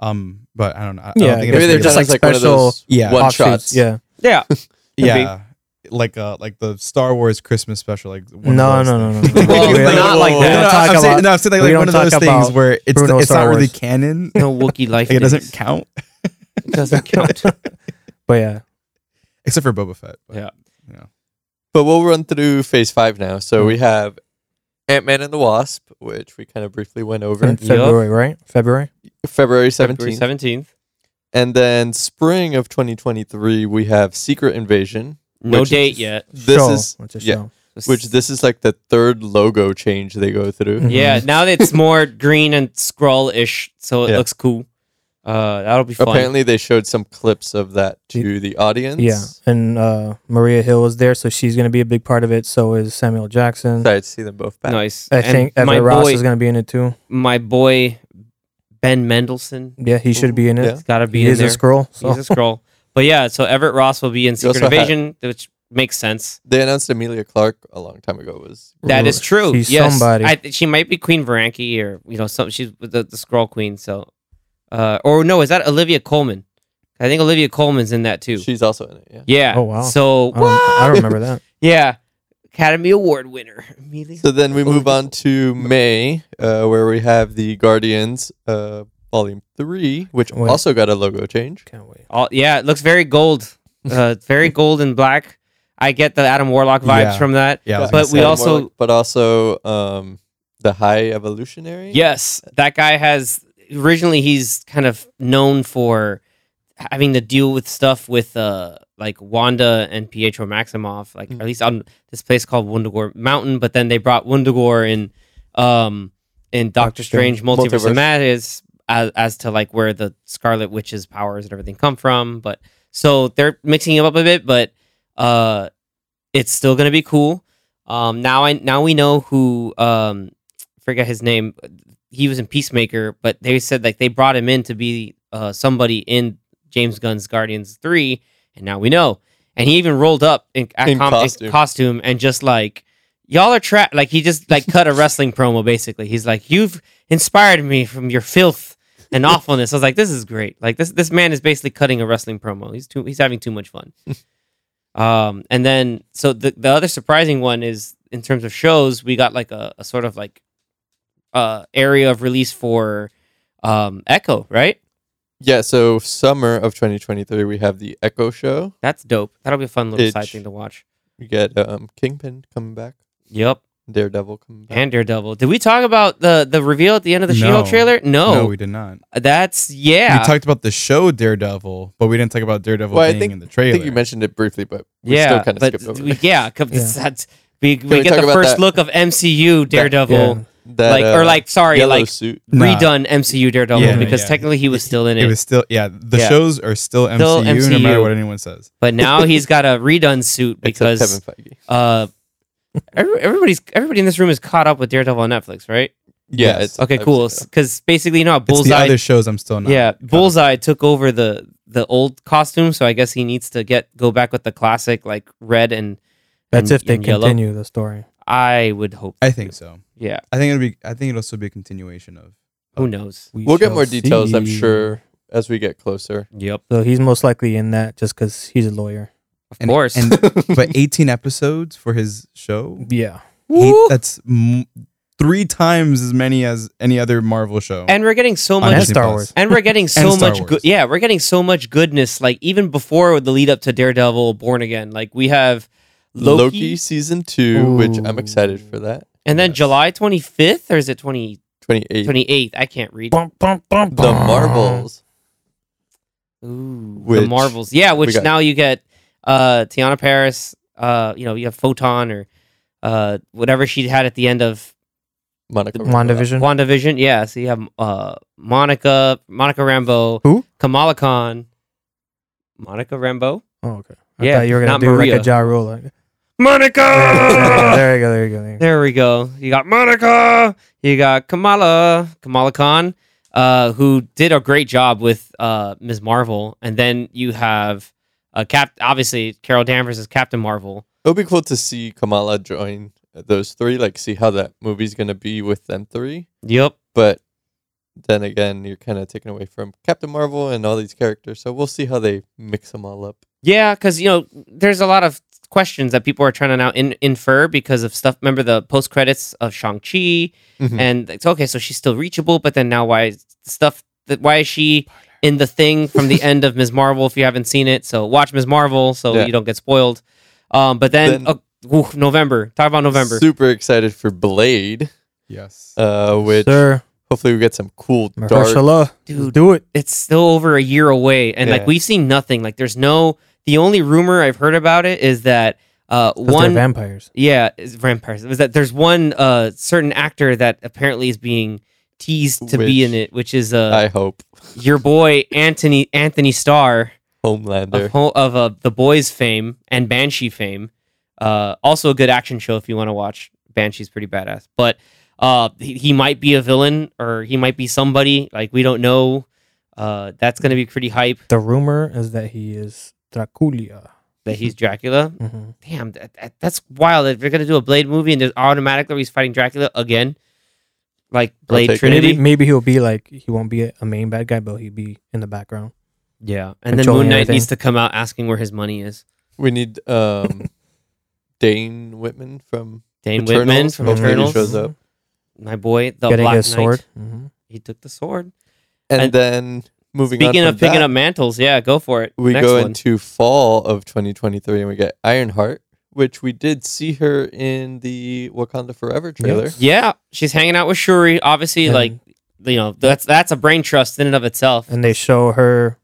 Um, but I don't know. I, I Yeah, don't think maybe it'll they're be just like like special yeah one Offshoots, shots. Yeah. Yeah. yeah like uh like the Star Wars Christmas special like one No, of those no, no, no, things. no, no. Well, Because, not like no, that. We no, don't I'm talk saying- about- no, I'm saying we like, like don't one of those talk things about where it's Bruno it's Star not really Wars. canon. Like, No Wookiee life. it doesn't days. count It doesn't count. But yeah, except for Boba Fett. but- Yeah. But we'll run through phase five now. So Mm-hmm. we have Ant Man and the Wasp, which we kind of briefly went over. in February, right? February. February February 17th. 17th. And then spring of 2023, we have Secret Invasion. No Which date is- yet. This show. is It's a yeah. show. which this is like the third logo change they go through. Mhm. Yeah, now that it's more green and scroll ish, so it Yeah. looks cool. Uh, that'll be fun. Apparently, they showed some clips of that to the audience. Yeah, and uh, Maria Hill is there, so she's going to be a big part of it. So is Samuel Jackson. Excited to see them both back. nice. I And think my Evan Ross boy, is going to be in it too. my boy Ben Mendelsohn Yeah, he should be in it. Yeah. has got to be He in is there. a scroll. So. um, He's a scroll. But yeah, so Everett Ross will be in Secret also had- Invasion, which makes sense. They announced Amelia Clark a long time ago was That Ooh, is true. she's yes, somebody. I, she might be Queen Varanki or you know some. She's the, the scroll queen. So, uh, or no, is that Olivia Coleman? I think Olivia Coleman's in that too. she's also in it. Yeah. yeah. Oh, wow. So I don't, I don't remember that. Yeah. Academy Award winner. Amelia. So then we move on to May, uh, where we have the Guardians, uh, Volume Three, which Wait. also got a logo change. Can't wait. All, yeah, it looks very gold, uh, very gold and black. I get the Adam Warlock vibes Yeah. from that. Yeah, I was But gonna we say. all- also- but also um, the High Evolutionary. Yes, that guy has. Originally, he's kind of known for having to deal with stuff with uh like Wanda and Pietro Maximoff, Mm. like at least on this place called Wundagore Mountain. But then they brought Wundagore in, um, in Doctor Doctor Strange Strange, Multiverse, Multiverse. of Madness as, as to like where the Scarlet Witch's powers and everything come from. But so they're mixing it up a bit, but uh, it's still gonna be cool. Um, now I now we know who um forget his name. He was in Peacemaker, but they said like they brought him in to be uh, somebody in James Gunn's Guardians Three, and now we know. And he even rolled up in, at In com- costume. in costume and just like y'all are trapped. Like he just like cut a wrestling promo basically. He's like, "You've inspired me from your filth and awfulness." I was like, "This is great." Like this this man is basically cutting a wrestling promo. He's too he's having too much fun. Um, and then so the the other surprising one is in terms of shows, we got like a, a sort of like uh area of release for um Echo, right? Yeah. So summer of 2023, we have the Echo Show. That's dope. That'll be a fun little side Itch. thing to watch. We get um, Kingpin coming back, Yep. Daredevil coming back. And Daredevil. Did we talk about the the reveal at the end of the No. She-Hulk trailer? No. No, we did not. That's yeah. We talked about the show Daredevil, but we didn't talk about Daredevil Well, I being think- in the I trailer. think you mentioned it briefly, but we yeah, still kind of but skipped over we, it. yeah, 'cause Yeah. that's we, we, we get talk the about first that- look of MCU Daredevil, Yeah. That, like or uh, like sorry, yellow like suit. Nah, redone MCU Daredevil Yeah, because yeah. technically he was still in it, It was still yeah. The Yeah. shows are still MCU, Still no MCU. matter what anyone says. but now he's got a redone suit Because because Kevin Feige. uh, every- everybody's everybody in this room is caught up with Daredevil on Netflix, right? Yeah. Yes. It's, Okay, I've cool. seen that. Because basically, you know, how It's the Bullseye. other shows I'm still not. yeah, caught up. Bullseye took over the the old costume, so I guess he needs to get go back with the classic like red and. That's and- if they and yellow. continue the story. I would hope. I they think do. so. Yeah. I think it'll be. I think it'll still be a continuation of. Who knows? We We'll get shall more details, I'm see. sure, as we get closer. Yep. So he's most likely in that just because he's a lawyer. Of And- course. and- But 18 episodes for his show. Yeah. He, Woo! that's m- three times as many as any other Marvel show. and we're getting so on much and Disney Star Plus. Wars. and we're getting so Star much Wars. good yeah we're getting so much goodness like even before the lead up to daredevil born again like we have Loki, loki, season two, which I'm excited Ooh. for that. and then Yes. july 25th or is it 20, 28. 28th i can't read Bum, bum, bum, the bum. Marvels. Ooh, the Which marvels yeah we which got- now you get uh tiana paris uh you know you have photon or uh whatever she had at the end of Monica. Rambeau. Mm-hmm. WandaVision. WandaVision. Yeah, so you have uh, Monica, Monica Rambo, Who? Kamala Khan, Monica Rambo, Oh, okay. I Yeah, thought you were gonna not do Maria. like a Ja Rule. Like, Monica. there you go. There you go. There you go. there we go. You got Monica. You got Kamala, Kamala Khan, uh, who did a great job with uh, Ms. Marvel, and then you have uh, Cap. Obviously, Carol Danvers is Captain Marvel. It would be cool to see Kamala join those three, like see how that movie's going to be with them three. Yep. But then again, you're kind of taken away from Captain Marvel and all these characters. So we'll see how they mix them all up. Yeah, because you know, there's a lot of questions that people are trying to now in- infer because of stuff. Remember the post credits of Shang Chi, Mhm. and it's okay, so she's still reachable, but then now why is stuff? That why is she in the thing from the end of Ms. Marvel? If you haven't seen it, so watch Ms. Marvel so Yeah. you don't get spoiled. Um, but then, Then- oh, oof, November. Talk about November. Super excited for Blade, yes. uh, which Sir hopefully we get some cool dark. Mahershala, Dude. do it. it's still over a year away and Yeah. like we've seen nothing like there's no the only rumor i've heard about it is that uh 'Cause they're one vampires. Yeah, it's vampires. It was that there's one uh certain actor that apparently is being teased to be Which- in it, which is uh I hope your boy Anthony Anthony Starr Homelander. of ho- of uh, the boys fame and Banshee fame. Uh, also a good action show if you want to watch. Banshee's pretty badass, but uh, he, he might be a villain or he might be somebody like we don't know. Uh, that's gonna be pretty hype The rumor is that he is Dracula. that he's Dracula. Mm-hmm. hmm Damn, that, that- that's wild. If they're gonna do a Blade movie and there's automatically he's fighting Dracula again, like Blade take it. Maybe Trinity. maybe he'll be like he won't be a main bad guy, but he'll be in the background. Yeah, and then Controlling Moon Knight everything. needs to come out asking where his money is. We need um Dane Whitman from Dane Eternals, Whitman from hopefully he Eternals, Mm-hmm. shows up. my boy, the Getting Black a sword. Knight. Mm-hmm. Mhm. He took the sword. And, And then moving Speaking on of picking that, up mantles, yeah, go for it. we Next go one. into fall of 2023 and we get Ironheart, which we did see her in the Wakanda Forever trailer. yeah, she's hanging out with Shuri. Obviously, And- like you know, that's that's a brain trust in and of itself. And they show her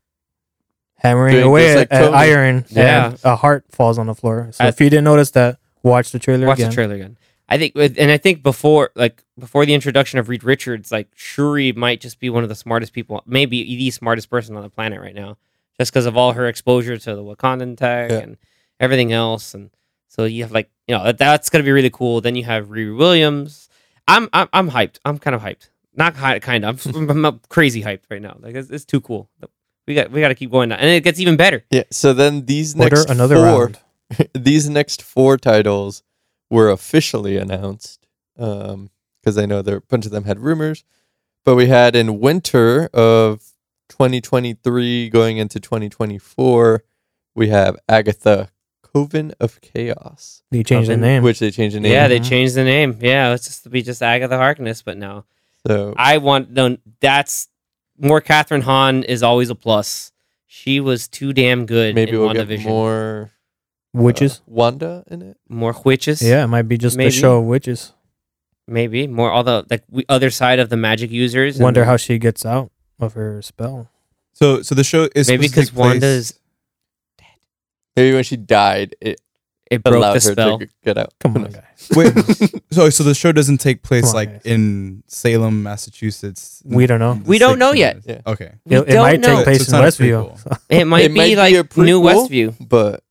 hammering Doing away just like at, at Tony. iron. Yeah. and a heart falls on the floor. So I- if you didn't notice that, watch the trailer Watch again. the trailer again. I think, with- and I think before, like before the introduction of Reed Richards, like Shuri might just be one of the smartest people, maybe the smartest person on the planet right now, just because of all her exposure to the Wakandan tech Yeah. and everything else. And so you have like, you know, that, that's gonna be really cool. Then you have Riri Williams. I'm I'm, I'm hyped. I'm kind of hyped. Not kind of. I'm, I'm, I'm crazy hyped right now. Like it's, it's too cool. We got we got to keep going, now. and it gets even better. Yeah. So then these Order next another four, round. these next four titles were officially announced because I know there a bunch of them had rumors, but we had in winter of 2023 going into 2024, we have Agatha Coven of Chaos, They changed the Something name. uh, which they changed the name. Yeah, they Mhm. changed the name. Yeah, it's just to be just Agatha Harkness, but no. so I want no. That's more. Catherine Hahn is always a plus. She was too damn good. maybe in we'll get WandaVision. more more witches. uh, Wanda in it. witches. yeah, it might be just maybe. the show of witches. maybe more. All the like we, other side of the magic users. and Wonder how she gets out of her spell. So so the show is Maybe supposed to 'cause take Wanda place- is- Maybe when she died, it it broke allowed the her spell. to g- get out. Come on, guys. Wait, so so the show doesn't take place Come on, like guys. in Salem, Massachusetts. We don't know. The We don't six know of yet. us. Yeah. Okay. We it it don't might know. take place So in it's not a Westview. It might It be might be like a New prequel. Westview. but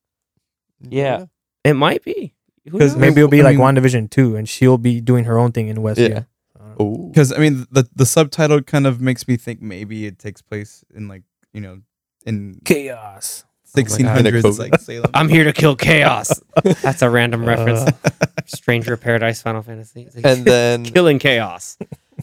Yeah. It might be. Who 'Cause knows? Maybe it'll be I like mean- WandaVision 2 and she'll be doing her own thing in Westview. Yeah. I don't know. Oh, Because I mean the the subtitle kind of makes me think maybe it takes place in like you know in Chaos. sixteen In hundreds a code. like Salem. I'm here to kill chaos. That's a Uh. random reference. Stranger of Paradise, Final Fantasy. and then killing chaos.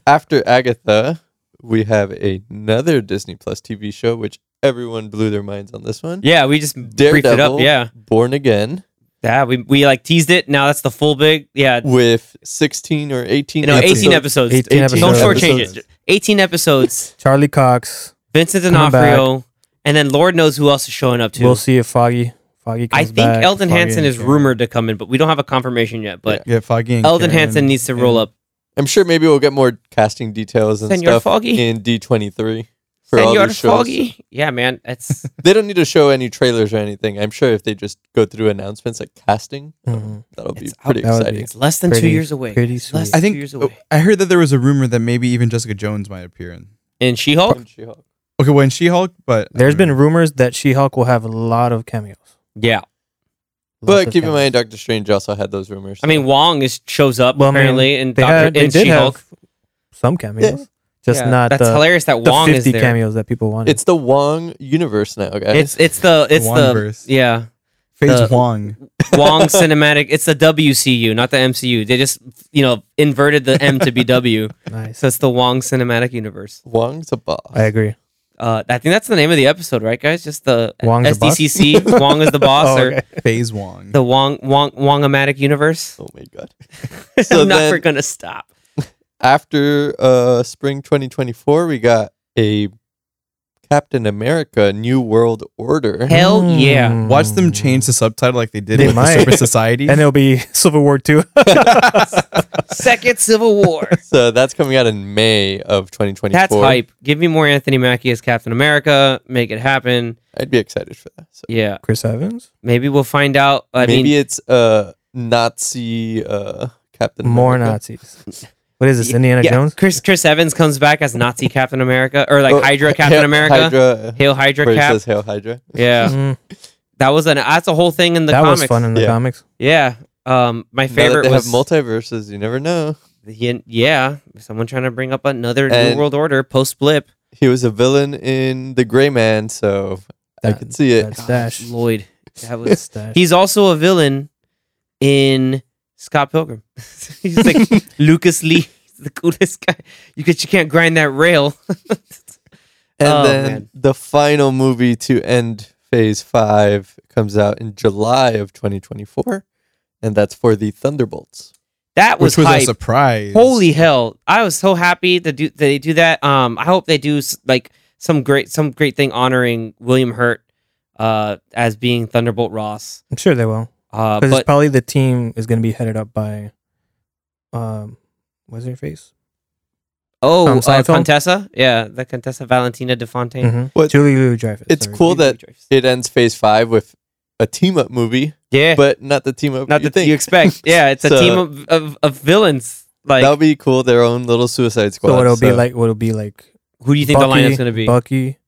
after Agatha, we have another Disney Plus TV show, which everyone blew their minds on this one. Yeah, we just briefed it Daredevil, up. Yeah. Born Again, Yeah, we, we like teased it. Now that's the full big. Yeah, with 16 or 18 you know, episodes. 18 episodes. 18 18 Don't episodes. shortchange it. 18 episodes. Charlie Cox. Vincent Come D'Onofrio, and then Lord knows who else is showing up too. We'll see if Foggy. Foggy comes I think back, Eldon Foggy Hansen and is Karen. rumored to come in, but we don't have a confirmation yet. But yeah, Foggy. And Eldon Karen Hansen needs to and- roll up. I'm sure maybe we'll get more casting details and Senor stuff Foggy. in D23 for all Senor these shows. Foggy. Yeah, man. It's They don't need to show any trailers or anything. I'm sure if they just go through announcements like casting, Mhm. that'll be Oh, It's out- pretty That would be exciting. it's less than two Pretty- years away. pretty It's Less sweet. than I think two years oh, away. I heard that there was a rumor that maybe even Jessica Jones might appear in. And She Hulk. From She-Hulk. Okay, well in She Hulk, but There's Mm-hmm. been rumors that She Hulk will have a lot of cameos. Yeah. Lots But of keep in cameos. mind, Doctor Strange also had those rumors. I mean, Wong is shows up Well, I mean, apparently, and they, had, Doctor they and did She Hulk. have some cameos, just not That's the, hilarious that the Wong is 50 there. cameos that people wanted. it's the Wong universe now, guys. It's it's the it's Wongverse. the yeah. Phase the- Wong. Wong cinematic. It's the WCU, not the MCU. They just you know inverted the M to be W, nice. so it's the Wong cinematic universe. Wong's a boss. I agree. Uh, I think that's the name of the episode, right, guys? Just the Wong's the boss? SDCC. Wong is the boss, Oh, or okay. Phase Wong. the Wong Wong Wongomatic universe. Oh my god. So I'm never then- gonna stop. After uh spring 2024, we got a Captain America New World Order. Hell yeah! Mm. Watch them change the subtitle like they did They with might. the Super Society. And it'll be Civil War 2. Second Civil War. So that's coming out in May of 2024. That's hype. Give me more Anthony Mackie as Captain America. Make it happen. I'd be excited for that. So Yeah, Chris Evans? maybe we'll find out. I maybe mean, it's uh Nazi uh Captain More America. Nazis. What is this, Indiana yeah, Jones? Chris Chris Evans comes back as Nazi Captain America or like Oh, Hydra Hail- Captain America. Hydra. Hail Hydra where it Cap. says Hail Hydra. Yeah, Mm, that was an that's a whole thing in the that comics. was fun in the Yeah. comics. yeah, um, my Now that favorite they was have multiverses, you never know. he- yeah. Someone trying to bring up another And- New World Order post blip. He was a villain in The Gray Man, so I That- could see it. That's Dash. Lloyd. That was Stash. he's also a villain in Scott Pilgrim. he's like Lucas Lee, the coolest guy. You could you can't grind that rail. And Oh, then man. the final movie to end phase five comes out in July of 2024. And and that's for the Thunderbolts. That was, which was hype. a surprise. Holy hell! I was so happy to do that they do that. Um, I hope they do s- like some great some great thing honoring William Hurt, uh, as being Thunderbolt Ross. I'm sure they will. Uh, Because but it's probably the team is going to be headed up by, um, what's her face? oh, Tom uh, Seiffel? Contessa, yeah, the Contessa Valentina De Fontaine. Mhm. What- Julie Louis Dreyfus. It's cool Julia that- Louis-Dreyfus. It ends Phase Five with a team up movie, Eh. yeah, but but not the team up. not you that you think. expect. Yeah, it's a So- team of, of, of villains. Like, that would be cool. Their own little Suicide Squad. So it'll be like what'll be like. who do you think Bucky- the lineup's gonna be? Bucky.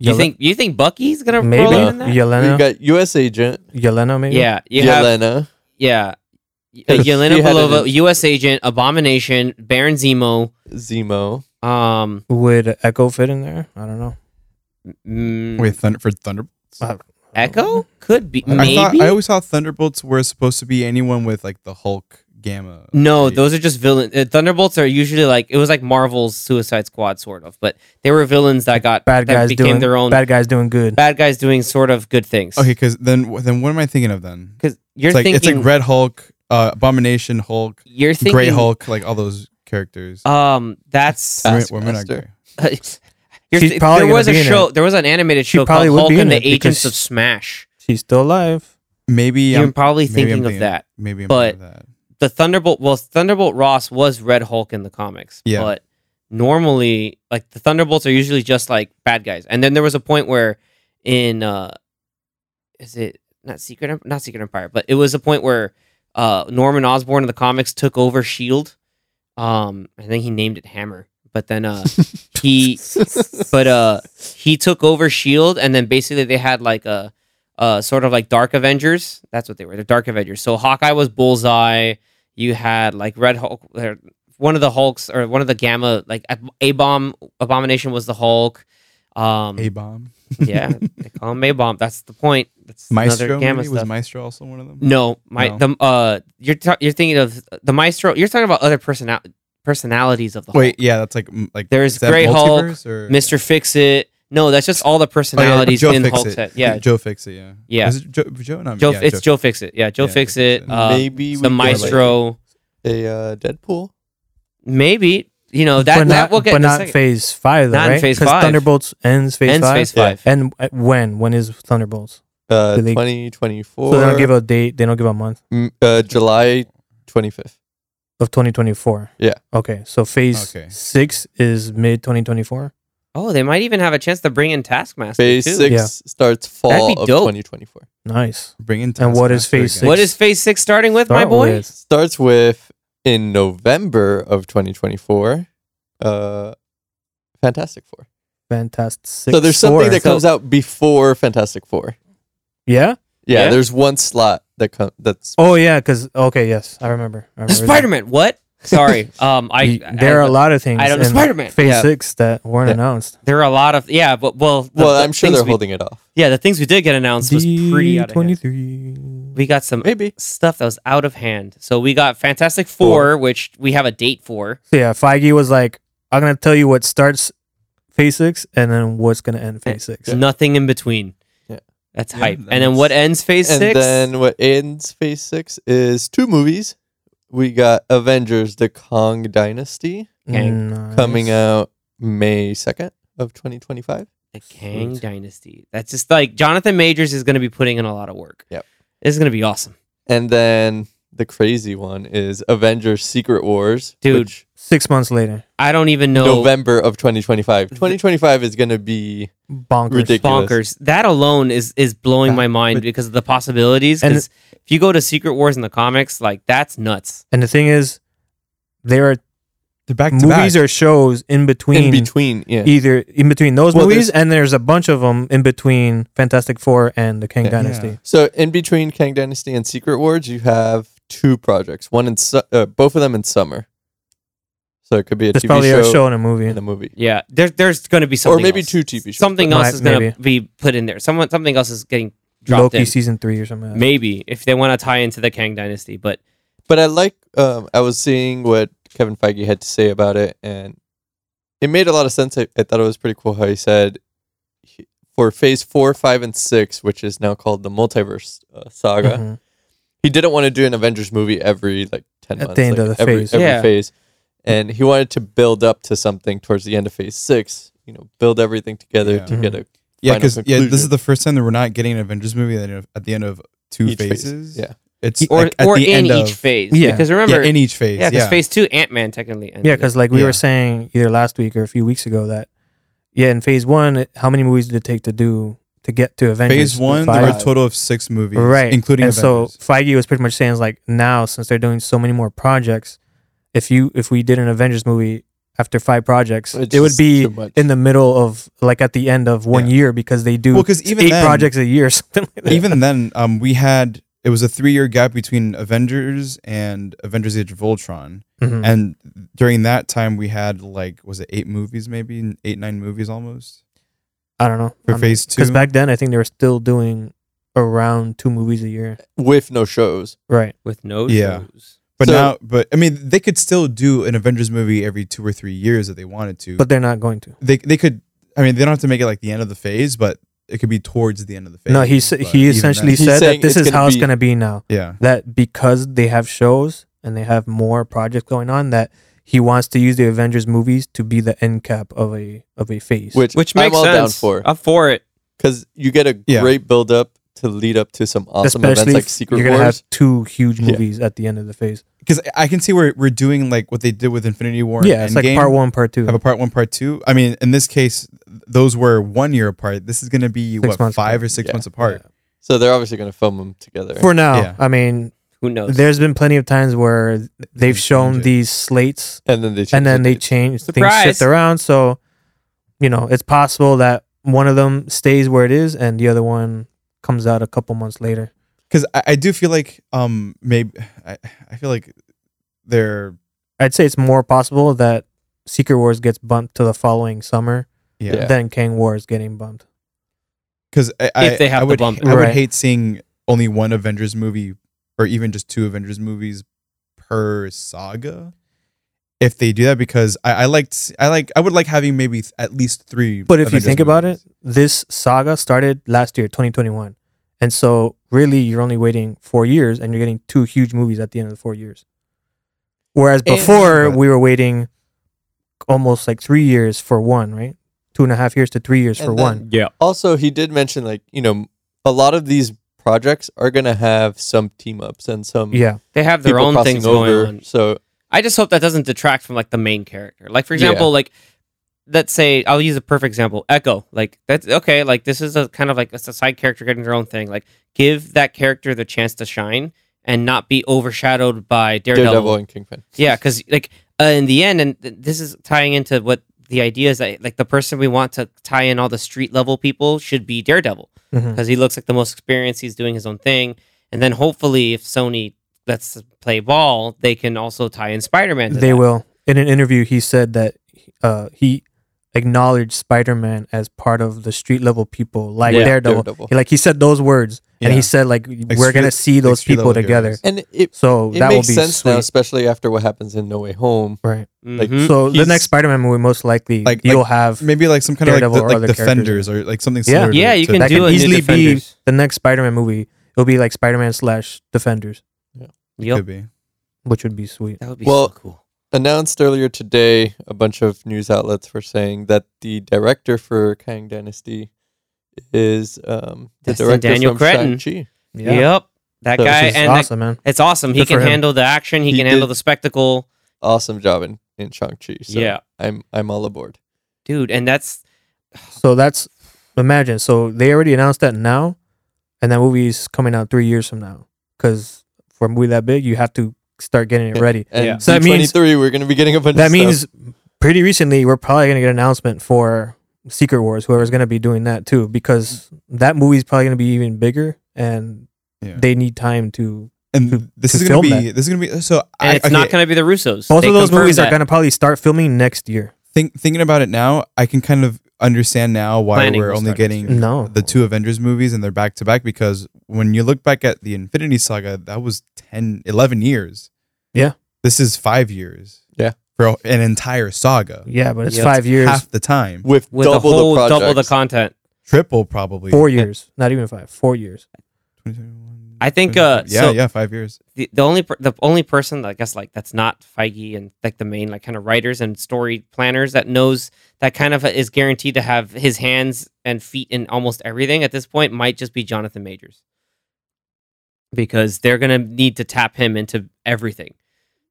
you Yele- think you think Bucky's gonna maybe roll in that? you Yelena? got U.S. Agent Yelena maybe. Yeah, you have Yelena. yeah. Y- Yes. Yelena You had it Belova, in- U.S. Agent, Abomination, Baron Zemo, Zemo. um, Would Echo fit in there? I don't know. Uh, mm, Wait, Thunder for Thunderbolt. Echo could be I maybe. thought I always thought Thunderbolts were supposed to be anyone with like the Hulk gamma. no, those are just villains. Uh, Thunderbolts are usually like it was like Marvel's Suicide Squad, sort of, but they were villains that got Bad that guys became doing their own bad, Bad guys doing good. guys doing sort of good things. Okay, because then then what am I thinking of then? because you're It's like thinking it's like Red Hulk, uh, Abomination Hulk, you're thinking Gray Hulk, like all those characters. Um, that's Women- women are Taskmaster. gray. You're She's thi- probably there gonna was a be in show. There was an animated She show probably called would Hulk be in and the it Agents because- of Smash. She's still alive. Maybe You're I'm probably maybe I'm thinking of thinking- that. maybe I'm but- thinking of that. The Thunderbolt. Well, Thunderbolt Ross was Red Hulk in the comics. Yeah. But normally, like the Thunderbolts are usually just like bad guys. And then there was a point where, in uh, is it not Secret? Em- Not Secret Empire, but it was a point where uh Norman Osborn in the comics took over Shield. E Um, I think he named it Hammer. But then uh, he but uh he took over shield E and then basically they had like a uh sort of like dark avengers that's what they were the dark avengers so hawkeye was bullseye you had like red hulk or one of the hulks or one of the gamma like a bomb abomination was the hulk um A bomb. yeah they call him a bomb that's the point that's Maestro. another gamma Maybe? Was stuff Maestro also one of them? no my No. the uh you're ta- you're thinking of uh, the maestro you're talking about other personal personalities of the Wait, hulk. yeah, that's like m- like There's is that Grey Hulk, multiverse or- Mr. Fix It. No, that's just all the Oh, yeah, personalities Joe in Fix Hulk It. set. Yeah, Joe Fix It. Yeah, Yeah. Is it Joe? Joe? No, Joe. yeah, it's Joe Fix It. Yeah, Joe Yeah, Fix Joe It. Fix It. Uh, Maybe the we get, like, Maestro. a uh, Deadpool. Maybe you know that. but that not, we'll get. but in a not second. phase five though, Not in right? phase 'Cause five. Thunderbolts ends phase Ends five. phase Yeah. five. And uh, when? When is Thunderbolts? Uh, Do they- twenty twenty four. so they don't give a date. They don't give a month uh, July twenty fifth. of 2024. Yeah. Okay. So phase Okay. six is mid 2024. Oh, they might even have a chance to bring in Taskmaster Phase too. six Yeah. starts That'd fall be of dope. twenty twenty four. Nice. Bring in And what is Taskmaster Phase again. What is Phase Six starting with, my Start boy? with- Starts with in November of twenty twenty four. Uh, Fantastic Four. Fantastic. so there's something Four. that comes out before Fantastic Four. Yeah. Yeah, Yeah? there's one slot that comes. That's Oh yeah. Because okay. Yes, I remember. I The remember that. Spider-Man. What? Sorry. Um, I You- there are I- a lot of things. I don't know. in Spider-Man. Phase Yeah. six that weren't Yeah. announced. There are a lot of yeah, but well, the- well, the I'm sure things they're we- holding it off. Yeah, the things we did get announced was pretty out of hand. D23. We got some Maybe. stuff that was out of hand. So we got Fantastic Four, which we have a date for. So yeah, Feige was like, "I'm gonna tell you what starts phase six and then what's gonna end phase Eh, six. Nothing in between. Yeah. That's Yeah, hype. that and then makes- what ends phase And six? then what ends Phase Six is two movies. We got Avengers: The Kong Dynasty Okay. Nice. coming out May second of 2025. the Kang Sweet. Dynasty. That's just like Jonathan Majors is going to be putting in a lot of work. Yep. This is going to be awesome. And then the crazy one is Avengers: Secret Wars, Dude. which Six months later, I don't even know. November of 2025. 2025 is gonna be bonkers. Ridiculous. Bonkers. That alone is is blowing That- my mind but- because of the possibilities. And- 'Cause if you go to Secret Wars in the comics, like that's nuts. And the thing is, there are They're back to movies back. or shows in between, in between. Yeah, either in between those Well, movies, and there's a bunch of them in between Fantastic Four and the Kang Yeah. Dynasty. Yeah. So in between Kang Dynasty and Secret Wars, you have two projects. One in su- uh, both of them in summer. So it could be a There's TV probably show, a show and a movie. and a movie. Yeah. There, there's going to be something. maybe else. two TV shows, Something but- else Might- is going maybe. to be put in there. Someone, something else is getting dropped Loki in. season three or something. Like that. Maybe if they want to tie into the Kang Dynasty, but But I like. Um, I was seeing what Kevin Feige had to say about it, and it made a lot of sense. I, I thought it was pretty cool how he said he- for Phase Four, Five, and Six, which is now called the Multiverse uh, Saga. Mhm. he didn't want to do an Avengers movie every like ten At months, the end like, of the every, phase. every Yeah. phase, and he wanted to build up to something towards the end of phase six. You know, build everything together Yeah. to get Mm-hmm. a Yeah, final because yeah, this is conclusion. the first time that we're not getting an Avengers movie at the end of- at the end of two each phase. phases. Yeah, it's or like, at or the in end each of, phase. Yeah. because Yeah, remember, in each phase. yeah, Yeah, because phase two, Ant Man technically ended. Yeah, because like we Yeah. were saying either last week or a few weeks ago that yeah, in phase one, it- how many movies did it take to do to get to Avengers? phase one, there were a Five. total of six movies, right, including and Avengers. so Feige was pretty much saying like now since they're doing so many more projects, if you if we did an Avengers movie after five projects, It's it would just be too much. in the middle of like at the end of one Yeah. year because they do Well, 'cause even eight then- projects a year or something like that. even then, um, we had it was a three year gap between Avengers and Avengers: Age of Ultron, Mhm. and during that time, we had like was it eight movies, maybe eight nine movies almost I don't know for phase two. because back then I think they were still doing around two movies a year. with no shows. Right. with no Yeah. shows. but so- now, but I mean, they could still do an Avengers movie every two or three years if they wanted to. But they're not going to. they they could. I mean, they don't have to make it like the end of the phase, but it could be towards the end of the phase. No, he s- but he even essentially then- He's said that saying this it's is gonna how it's be- going to be now. yeah, That because they have shows and they have more projects going on, that he wants to use the Avengers movies to be the end cap of a of a phase. Which Which, which makes I'm all sense. down for I'm for it. because you get a Yeah. great build up to lead up to some awesome Especially events like if Secret you're Wars. to have two huge Yeah. movies at the end of the phase. because I can see where we're doing like what they did with Infinity War. and yeah, it's like Endgame. part one, part two. have a part one, part two. I mean, in this case, those were one year apart. This is going to be Six what months five apart. or six Yeah. months apart. so they're obviously going to film them together. For now, Yeah. I mean, Who knows? there's been plenty of times where they've change shown it. these slates and then they and change then the they dates. change things Surprise. shift around so you know it's possible that one of them stays where it is and the other one comes out a couple months later Because I, I do feel like um maybe I, I feel like they're i'd say it's more possible that secret wars gets bumped to the following summer yeah Yeah. than king war is getting bumped because I, If they have I to would, bump it. I would Right. hate seeing only one Avengers movie or even just two Avengers movies per saga. If they do that, because I, I liked, I like, I would like having maybe th- at least three. but if Avengers you think about it movies. this saga started last year 2021 and so really you're only waiting four years and you're getting two huge movies at the end of the four years whereas And- before But- we were waiting almost like three years for one right two and a half years to three years for And one then- Yeah. Also, he did mention like you know a lot of these projects are going to have some team ups and some Yeah, They have people their own crossing things over. going on. So I just hope that doesn't detract from like the main character. Like for Yeah. example, like let's say I'll use a perfect example, Echo. Like that's okay. Like this is a kind of like it's a side character getting their own thing. Like give that character the chance to shine and not be overshadowed by Daredevil. Daredevil, and Kingpin. Yeah, because like uh, in the end, and th- this is tying into what the idea is that like the person we want to tie in all the street level people should be Daredevil Mhm. because he looks like the most experienced. He's doing his own thing, and then hopefully, if Sony lets us play ball, they can also tie in Spider Man. they will. In an interview, he said that uh, he acknowledged Spider Man as part of the street level people, like Yeah, Daredevil. Daredevil. He, like he said those words, and Yeah. he said like we're street- gonna see like those street people level together. heroes. And it, So it that will be makes sense sweet. now, especially after what happens in No Way Home. right? like, Mhm. So the He's- next Spider Man movie, most likely, Like- you'll like- have maybe like some kind Daredevil of or like, other the, like characters. defenders or like something. Yeah. similar to- yeah, you to- can that do could it. easily Easily be- the next Spider Man movie. It'll be like Spider Man slash Defenders, be. Could be. which would be sweet. That would be Well- so cool. Announced earlier today, a bunch of news outlets were saying that the director for Kang Dynasty is um, the Destin director Daniel from Cretton. Shang-Chi. Yep, that So- guy Which is and that- awesome, man. it's awesome. He Good for can him. handle the action. He, He can handle did- the spectacle. Awesome job in, in Shang-Chi. So Yeah, I'm, I'm all aboard. dude, and that's So that's imagine. So they already announced that now, and that movie's coming out three years from now. Because for a movie that big, you have to start getting it ready. And Yeah. So that means- 23 we're going to be getting a bunch That of stuff. means pretty recently we're probably gonna get an announcement for Secret Wars, whoever's gonna be doing that too, because that movie's probably gonna be even bigger, and Yeah. they need time to. and this to is film gonna be that. this is gonna be so and I, it's not okay, going to be the Russos. Both They of those confirmed movies that. are gonna probably start filming next year. think thinking about it now i can kind of understand now why Planning we're will only start next getting No, the two avengers movies and they're back to back because when you look back at the infinity saga that was 10 11 years Yeah. this is five years Yeah. for an entire saga Yeah, but it's Yeah, five years, half the time with, with double a whole the double the projects. content. triple probably four years, not even five, four years. 2021. I think uh, yeah, so yeah, five years. the, the only per- the only person that I guess like that's not Feige and like the main like kind of writers and story planners that knows that kind of is guaranteed to have his hands and feet in almost everything at this point might just be Jonathan Majors because they're gonna need to tap him into everything.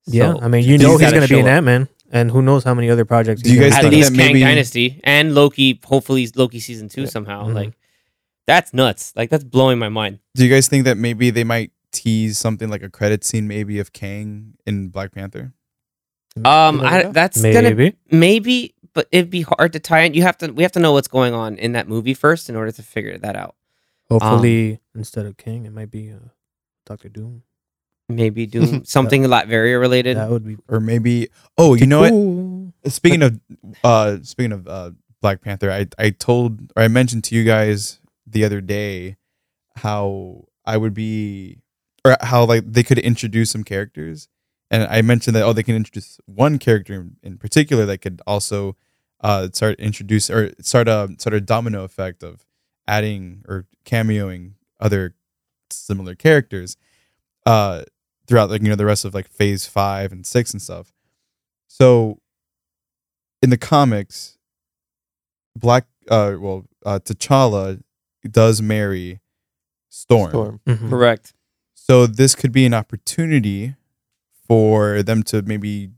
yeah, So, I mean, you he's know he's gotta gonna be show an up. Ant Man, and who knows how many other projects. Do you he's guys at gonna think least have. that Kang maybe- Dynasty and Loki. Hopefully, Loki season two somehow. Mhm. Like that's nuts. Like that's blowing my mind. Do you guys think that maybe they might tease something like a credit scene, maybe of Kang in Black Panther? Um, never I, know. that's gonna maybe? maybe but it'd be hard to tie in you have to we have to know what's going on in that movie first in order to figure that out um, Hopefully, instead of King, it might be uh, Doctor Doom. maybe do something latveria related That would be. Or maybe oh, you know what? Ooh. Speaking of uh speaking of uh Black Panther, I I told or I mentioned to you guys the other day how I would be or how like they could introduce some characters. And I mentioned that oh they can introduce one character in, in particular that could also uh start introduce or start a sort of domino effect of adding or cameoing other similar characters uh throughout like you know the rest of like phase 5 and 6 and stuff. So in the comics, Black uh well uh T'Challa does marry Storm. Storm. Mhm. correct So this could be an opportunity for them to maybe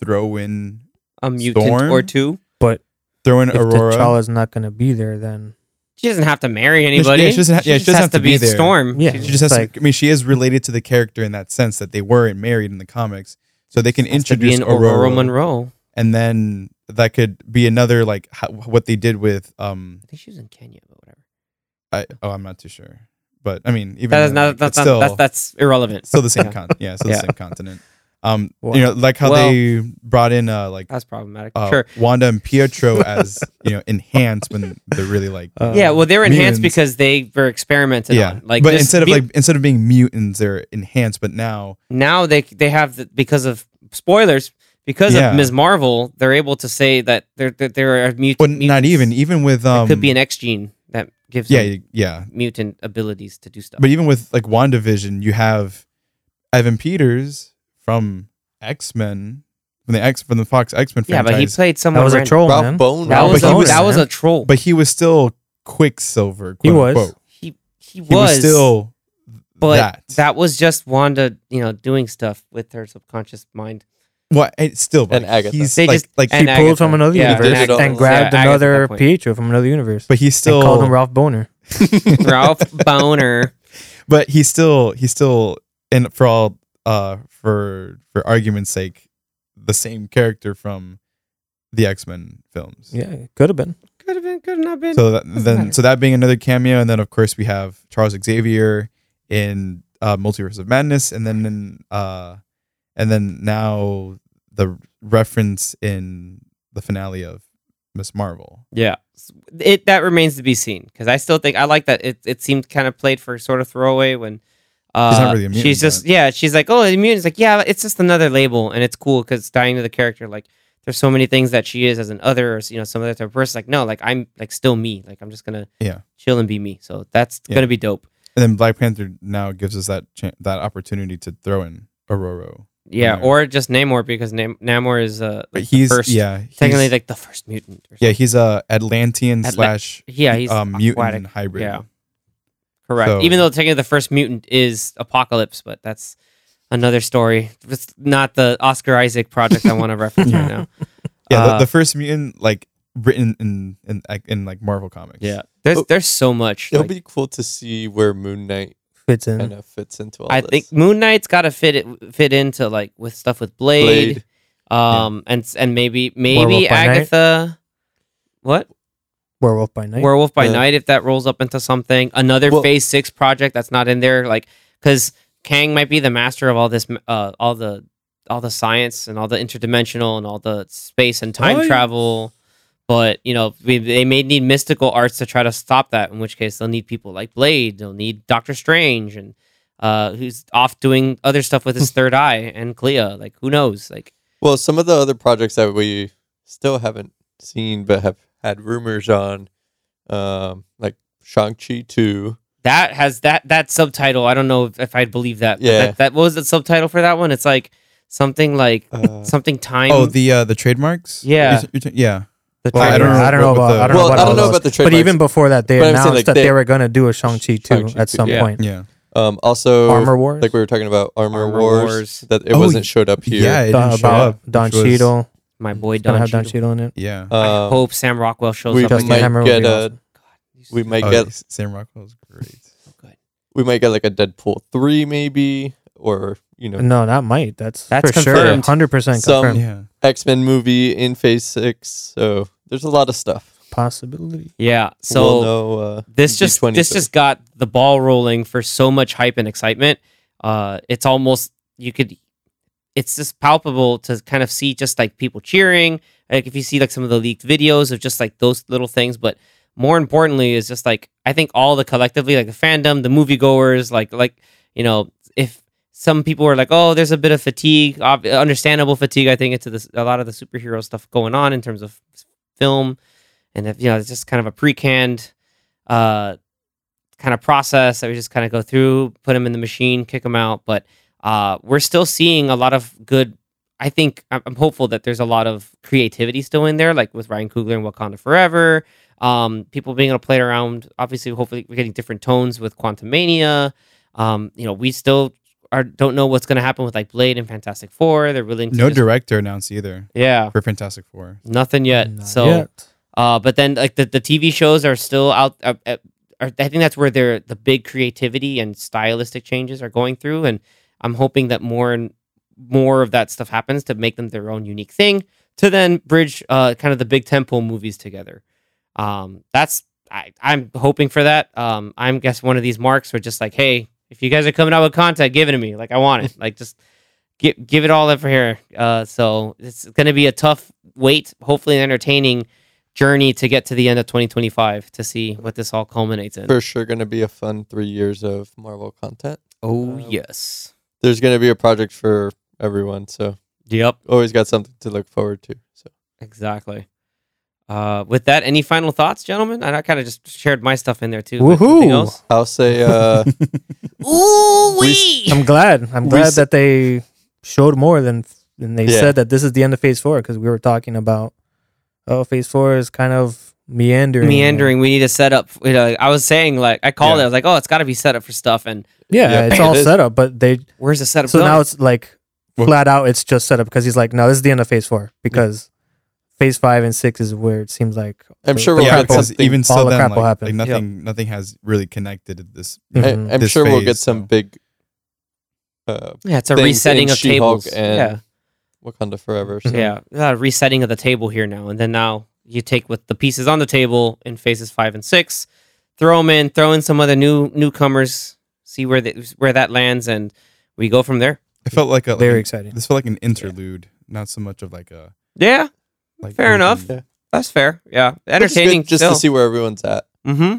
throw in a mutant Storm? Um, or two But throw in if Aurora. T'Challa's not gonna be there, then she doesn't have to marry anybody yeah, she doesn't ha- yeah, she just doesn't has have to to be there. storm Yeah. she just has like- to, I mean she is related to the character in that sense that they weren't married in the comics. So they can Has to be introduce an Aurora, aurora monroe and then that could be another like how, what they did with um i think she was in kenya but whatever I, oh I'm not too sure. But I mean even that is then, not like, that's it's not still, that's that's irrelevant still the same Yeah. con yeah, still Yeah. the same continent. Um Wow. you know like how Well- they brought in uh like that's problematic uh, sure Wanda and Pietro as you know enhanced when they're really like Uh, yeah well they were enhanced mutants. because they were experimented yeah on like but this instead of mu- like instead of being mutants they're enhanced but now now they they have the, because of spoilers because Yeah. of Ms. Marvel, they're able to say that there that there are mut- but mutants. not even even with There um could be an X gene that gives yeah yeah, y- yeah mutant abilities to do stuff. but even with like WandaVision you have Evan Peters from X Men from the X from the Fox X Men yeah, franchise but he played that someone. was a random. troll, Ralph man. Bone. That Ralph was a, Boner, that was man. a troll. but he was still Quicksilver He quote was. unquote. he he was, he was still but that that was just Wanda, you know, doing stuff with her subconscious mind. well it's still And like, Agatha. he's They like just- like and he, Ag- Pulled Agatha. from another Yeah, universe Agatha. and grabbed Yeah, Agatha's another the point. Pietro from another universe. but he's and still called him Ralph Boner. Ralph Boner. but he's still he's still and for all uh for for argument's sake the same character from the x-men films Yeah, it could have been. Could have been, could have not been. so that, then matter. so that being another cameo and then of course we have charles xavier in uh multiverse of madness and then in uh and then now the reference in the finale of miss marvel Yeah. S- It that remains to be seen because I still think I like that it it seemed kind of played for sort of throwaway when uh, not really a mutant, she's just but- yeah she's like oh the mutant's like yeah it's just another label and it's cool because dying to the character like there's so many things that she is as an other or you know some other type of person like no like I'm like still me like I'm just gonna Yeah. chill and be me so that's Yeah. gonna be dope and then black panther now gives us that chan that opportunity to throw in aurora yeah Yeah. or just Namor because Nam- Namor is uh like, but the he's first yeah he's- technically like the first mutant or Yeah, he's a Atlantean Atla- slash yeah he's um, aquatic. mutant hybrid. Yeah. Correct. So- Even though technically the first mutant is Apocalypse, but that's another story. It's not the Oscar Isaac project I want to reference right now. yeah. Uh, the, the first mutant like written in in like, in like Marvel comics. Yeah. There's Oh. there's so much. It'll like, be cool to see where Moon Knight Fits in. kind of fits into all I this. think Moon Knight's got to fit it fit into like with stuff with Blade, Blade. um, and s- and maybe Werewolf maybe by Night? Agatha. What Werewolf by Night. Werewolf by Yeah. Night? If that rolls up into something, another Well- Phase Six project that's not in there, like because Kang might be the master of all this, uh, all the all the science and all the interdimensional and all the space and time Oh, yeah. travel. But you know, we, they may need mystical arts to try to stop that. In which case, they'll need people like Blade. They'll need Doctor Strange and uh, who's off doing other stuff with his third eye and Clea. Like who knows? Like Well, some of the other projects that we still haven't seen but have had rumors on, um, like Shang Chi two, that has that that subtitle. I don't know if, if I'd believe that. Yeah. That, that- what was the subtitle for that one? It's like something like Uh, something time. oh, the uh, the trademarks. Yeah. You're- you're ta- yeah. the well, time- I don't know I don't know what- what about the- I don't well, know about I all don't know those. about the but trademarks. even before that, they But I'm saying, announced like, that they- they were gonna do a Shang Chi too Shang-Chi at too, some yeah. point. Yeah. um, also, Armor Wars like we were talking about Armor, Armor Wars, Wars. that it Oh, wasn't showed up here. Yeah. It Thought didn't show about up, Don which was- Cheadle. my boy Gonna Don. have Don Cheadle. Cheadle in it. Yeah. Um, I hope Sam Rockwell shows we up. Justin might Hammer would get be a- awesome. we might Oh, get yeah, Sam Rockwell's great. we might get like a Deadpool three maybe or you know No, not might. That's That's for sure. confirmed. Hundred percent Some- confirmed Yeah. X Men movie in Phase six. So there's a lot of stuff. possibility. Yeah. So we'll know, uh, this just D23. this just got the ball rolling for so much hype and excitement. Uh, it's almost you could, it's just palpable to kind of see just like people cheering. Like if you see like some of the leaked videos of just like those little things, but more importantly is just like I think all the collectively like the fandom, the moviegoers, like like you know if some people are like oh there's a bit of fatigue, ob- understandable fatigue. I think into this a lot of the superhero stuff going on in terms of film, and if you know it's just kind of a pre-canned uh, kind of process that we just kind of go through, put them in the machine, kick them out. But uh, we're still seeing a lot of good. I think I'm I'm hopeful that there's a lot of creativity still in there, like with Ryan Coogler and Wakanda Forever. Um, people being able to play around. Obviously, hopefully, we're getting different tones with Quantum Mania. Um, you know, we still are don't know what's going to happen with like Blade and Fantastic Four. They're really into No just- director announced either yeah, for Fantastic Four. nothing yet. Not so yet. uh, but then like the, the TV shows are still out. Uh, uh, are, I think that's where their the big creativity and stylistic changes are going through, and I'm hoping that more and more of that stuff happens to make them their own unique thing to then bridge uh, kind of the big tempo movies together. Um, that's I, I'm hoping for that. Um, I'm guess one of these marks were just like, hey, if you guys are coming out with content, give it to me. Like I want it. like just give give it all up for here. Uh, so it's gonna be a tough wait, hopefully entertaining journey to get to the end of 2025 to see what this all culminates in. for sure going to be a fun three years of Marvel content. Oh Uh, yes. There's going to be a project for everyone, so Yep. always got something to look forward to. So Exactly. Uh, with that, any final thoughts, gentlemen? And I kind of just shared my stuff in there too. but Woohoo! anything else? I'll say uh, Ooh We wee! I'm glad. I'm We glad s- that they showed more than than they Yeah. said that this is the end of phase four because we were talking about oh phase four is kind of meandering. Meandering. We need a setup. You know, I was saying like I called Yeah. it. I was like, oh, it's got to be set up for stuff. And Yeah, Yeah, it's it all is. set up, but they where's the setup? so going? now it's like Well- flat out it's just set up because he's like no this is the end of phase four because phase five and six is where it seems like I'm the- sure the we'll yeah, crap get will- because something. even all so, the then crap like, will happen. like Yeah. nothing, nothing has really connected to this. I, Mhm. am This sure we'll phase, get some so. big uh, yeah, it's a things in resetting of She-Hulk tables. and- yeah, Wakanda Forever. So. yeah, uh, resetting of the table here now. And then now you take with the pieces on the table in phases five and six, throw them in, throw in some other new newcomers, see where the, where that lands, and we go from there. It felt like a very like, exciting This felt like an interlude, not so much of like a Yeah, like. Fair enough. anything- that's fair. Yeah, Which is good entertaining. just to see where everyone's at. Mm-hmm.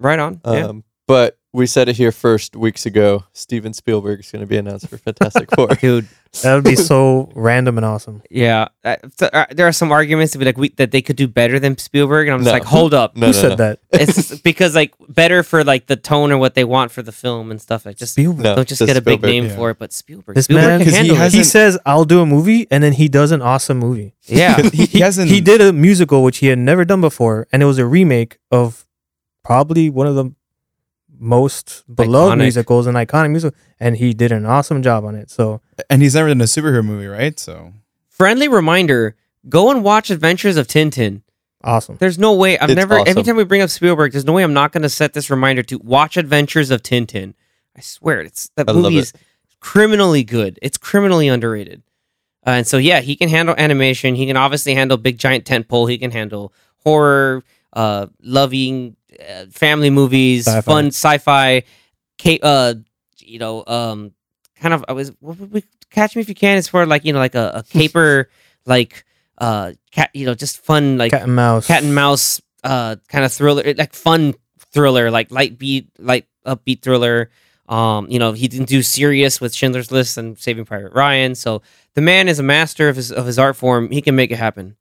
Right on. Um, yeah. But we said it here first weeks ago. Steven Spielberg is going to be announced for Fantastic Four. Dude, that would be so random and awesome yeah. Uh, th- uh, there are some arguments to be like we, that they could do better than Spielberg, and I'm just No. like, hold up, No, who no, said no. that it's because like better for like the tone or what they want for the film and stuff. Like just Spielberg. No, don't uh, just, just get a big Spielberg. name Yeah. for it, but Spielberg. This Spielberg man- can 'Cause he handle it. has- he Hasn't- says I'll do a movie and then he does an awesome movie Yeah, Because he, he hasn't. he did a musical which he had never done before, and it was a remake of probably one of the most beloved Iconic. musicals and iconic musical, and he did an awesome job on it. So and he's never done a superhero movie, right? So friendly reminder go and watch adventures of tintin awesome. there's no way i've It's never every awesome. time we bring up spielberg there's no way i'm not going to set this reminder to watch adventures of tintin i swear it's that I love movie is criminally good it's criminally underrated uh, and so yeah he can handle animation he can obviously handle big giant tentpole he can handle horror uh loving uh, family movies Sci-fi. fun sci-fi ca- uh you know um kind of i was what would we catch me if you can it's for like you know like a, a caper like uh cat you know just fun like cat and mouse. cat and mouse uh kind of thriller it- like fun thriller like light beat light upbeat thriller um you know he didn't do serious with schindler's list and saving private ryan so the man is a master of his of his art form he can make it happen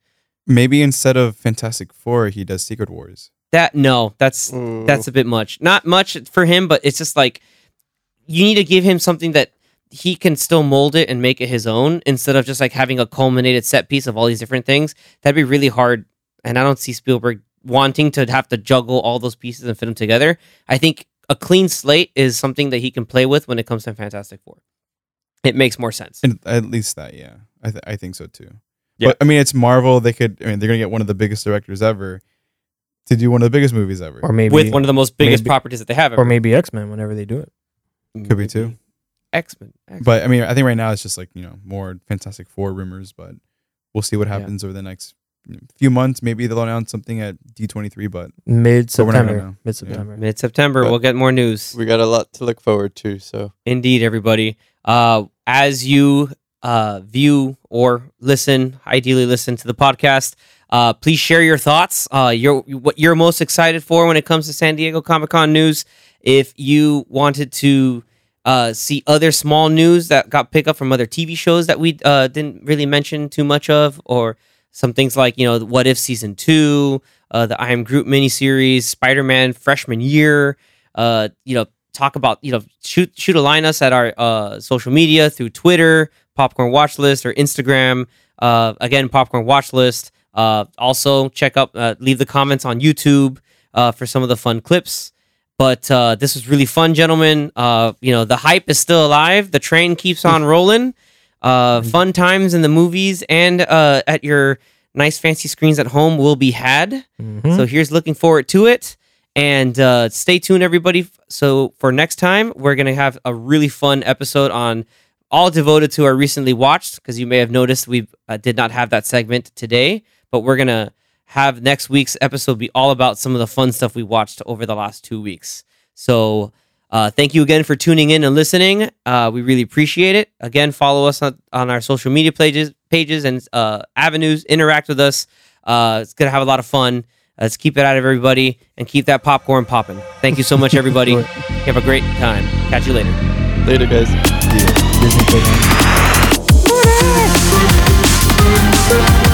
maybe instead of Fantastic Four, he does Secret Wars. that no, that's that's a bit much. Not much for him, but it's just like you need to give him something that he can still mold it and make it his own instead of just like having a culminated set piece of all these different things. That'd be really hard, and I don't see Spielberg wanting to have to juggle all those pieces and fit them together. I think a clean slate is something that he can play with when it comes to Fantastic Four. It makes more sense. And at least that, yeah, I th- I think so too. Yeah. But I mean, it's Marvel. They could. I mean, they're gonna get one of the biggest directors ever to do one of the biggest movies ever. or maybe with one of the most biggest maybe- properties that they have. or maybe X Men whenever they do it. Could be too. X Men. But I mean, I think right now it's just like you know more Fantastic Four rumors, but we'll see what Yeah. happens over the next you know, few months. Maybe they'll announce something at D twenty three. But Mid But we're not gonna September. know. Mid September. mid September, But- we'll get more news. We got a lot to look forward to. So Indeed, everybody. Uh, as you uh, view or listen, ideally listen to the podcast, uh, please share your thoughts. Uh, your what you're most excited for when it comes to San Diego Comic Con news. If you wanted to uh, see other small news that got picked up from other TV shows that we uh, didn't really mention too much of, or some things like you know, the What If season two, uh, the I Am Groot miniseries, Spider Man freshman year, uh, you know, talk about you know shoot shoot a line us at our uh, social media through Twitter, Popcorn Watch List, or Instagram. Uh, again, Popcorn Watch List. Uh, also, check up uh, leave the comments on YouTube uh, for some of the fun clips. But uh, this was really fun, gentlemen. Uh, you know the hype is still alive. The train keeps on rolling. Uh, fun times in the movies and uh, at your nice fancy screens at home will be had. Mhm. So here's looking forward to it. And uh, stay tuned, everybody. So for next time, we're going to have a really fun episode on all devoted to our recently watched, because you may have noticed we uh, did not have that segment today, but we're going to have next week's episode be all about some of the fun stuff we watched over the last two weeks. So uh, thank you again for tuning in and listening. Uh, we really appreciate it. Again, follow us on, on our social media pages, pages and uh, avenues. Interact with us. Uh, it's going to have a lot of fun. Let's keep it out of everybody and keep that popcorn popping. Thank you so much, everybody. Have a great time. Catch you later. later, guys. Disinfectant. Thank you.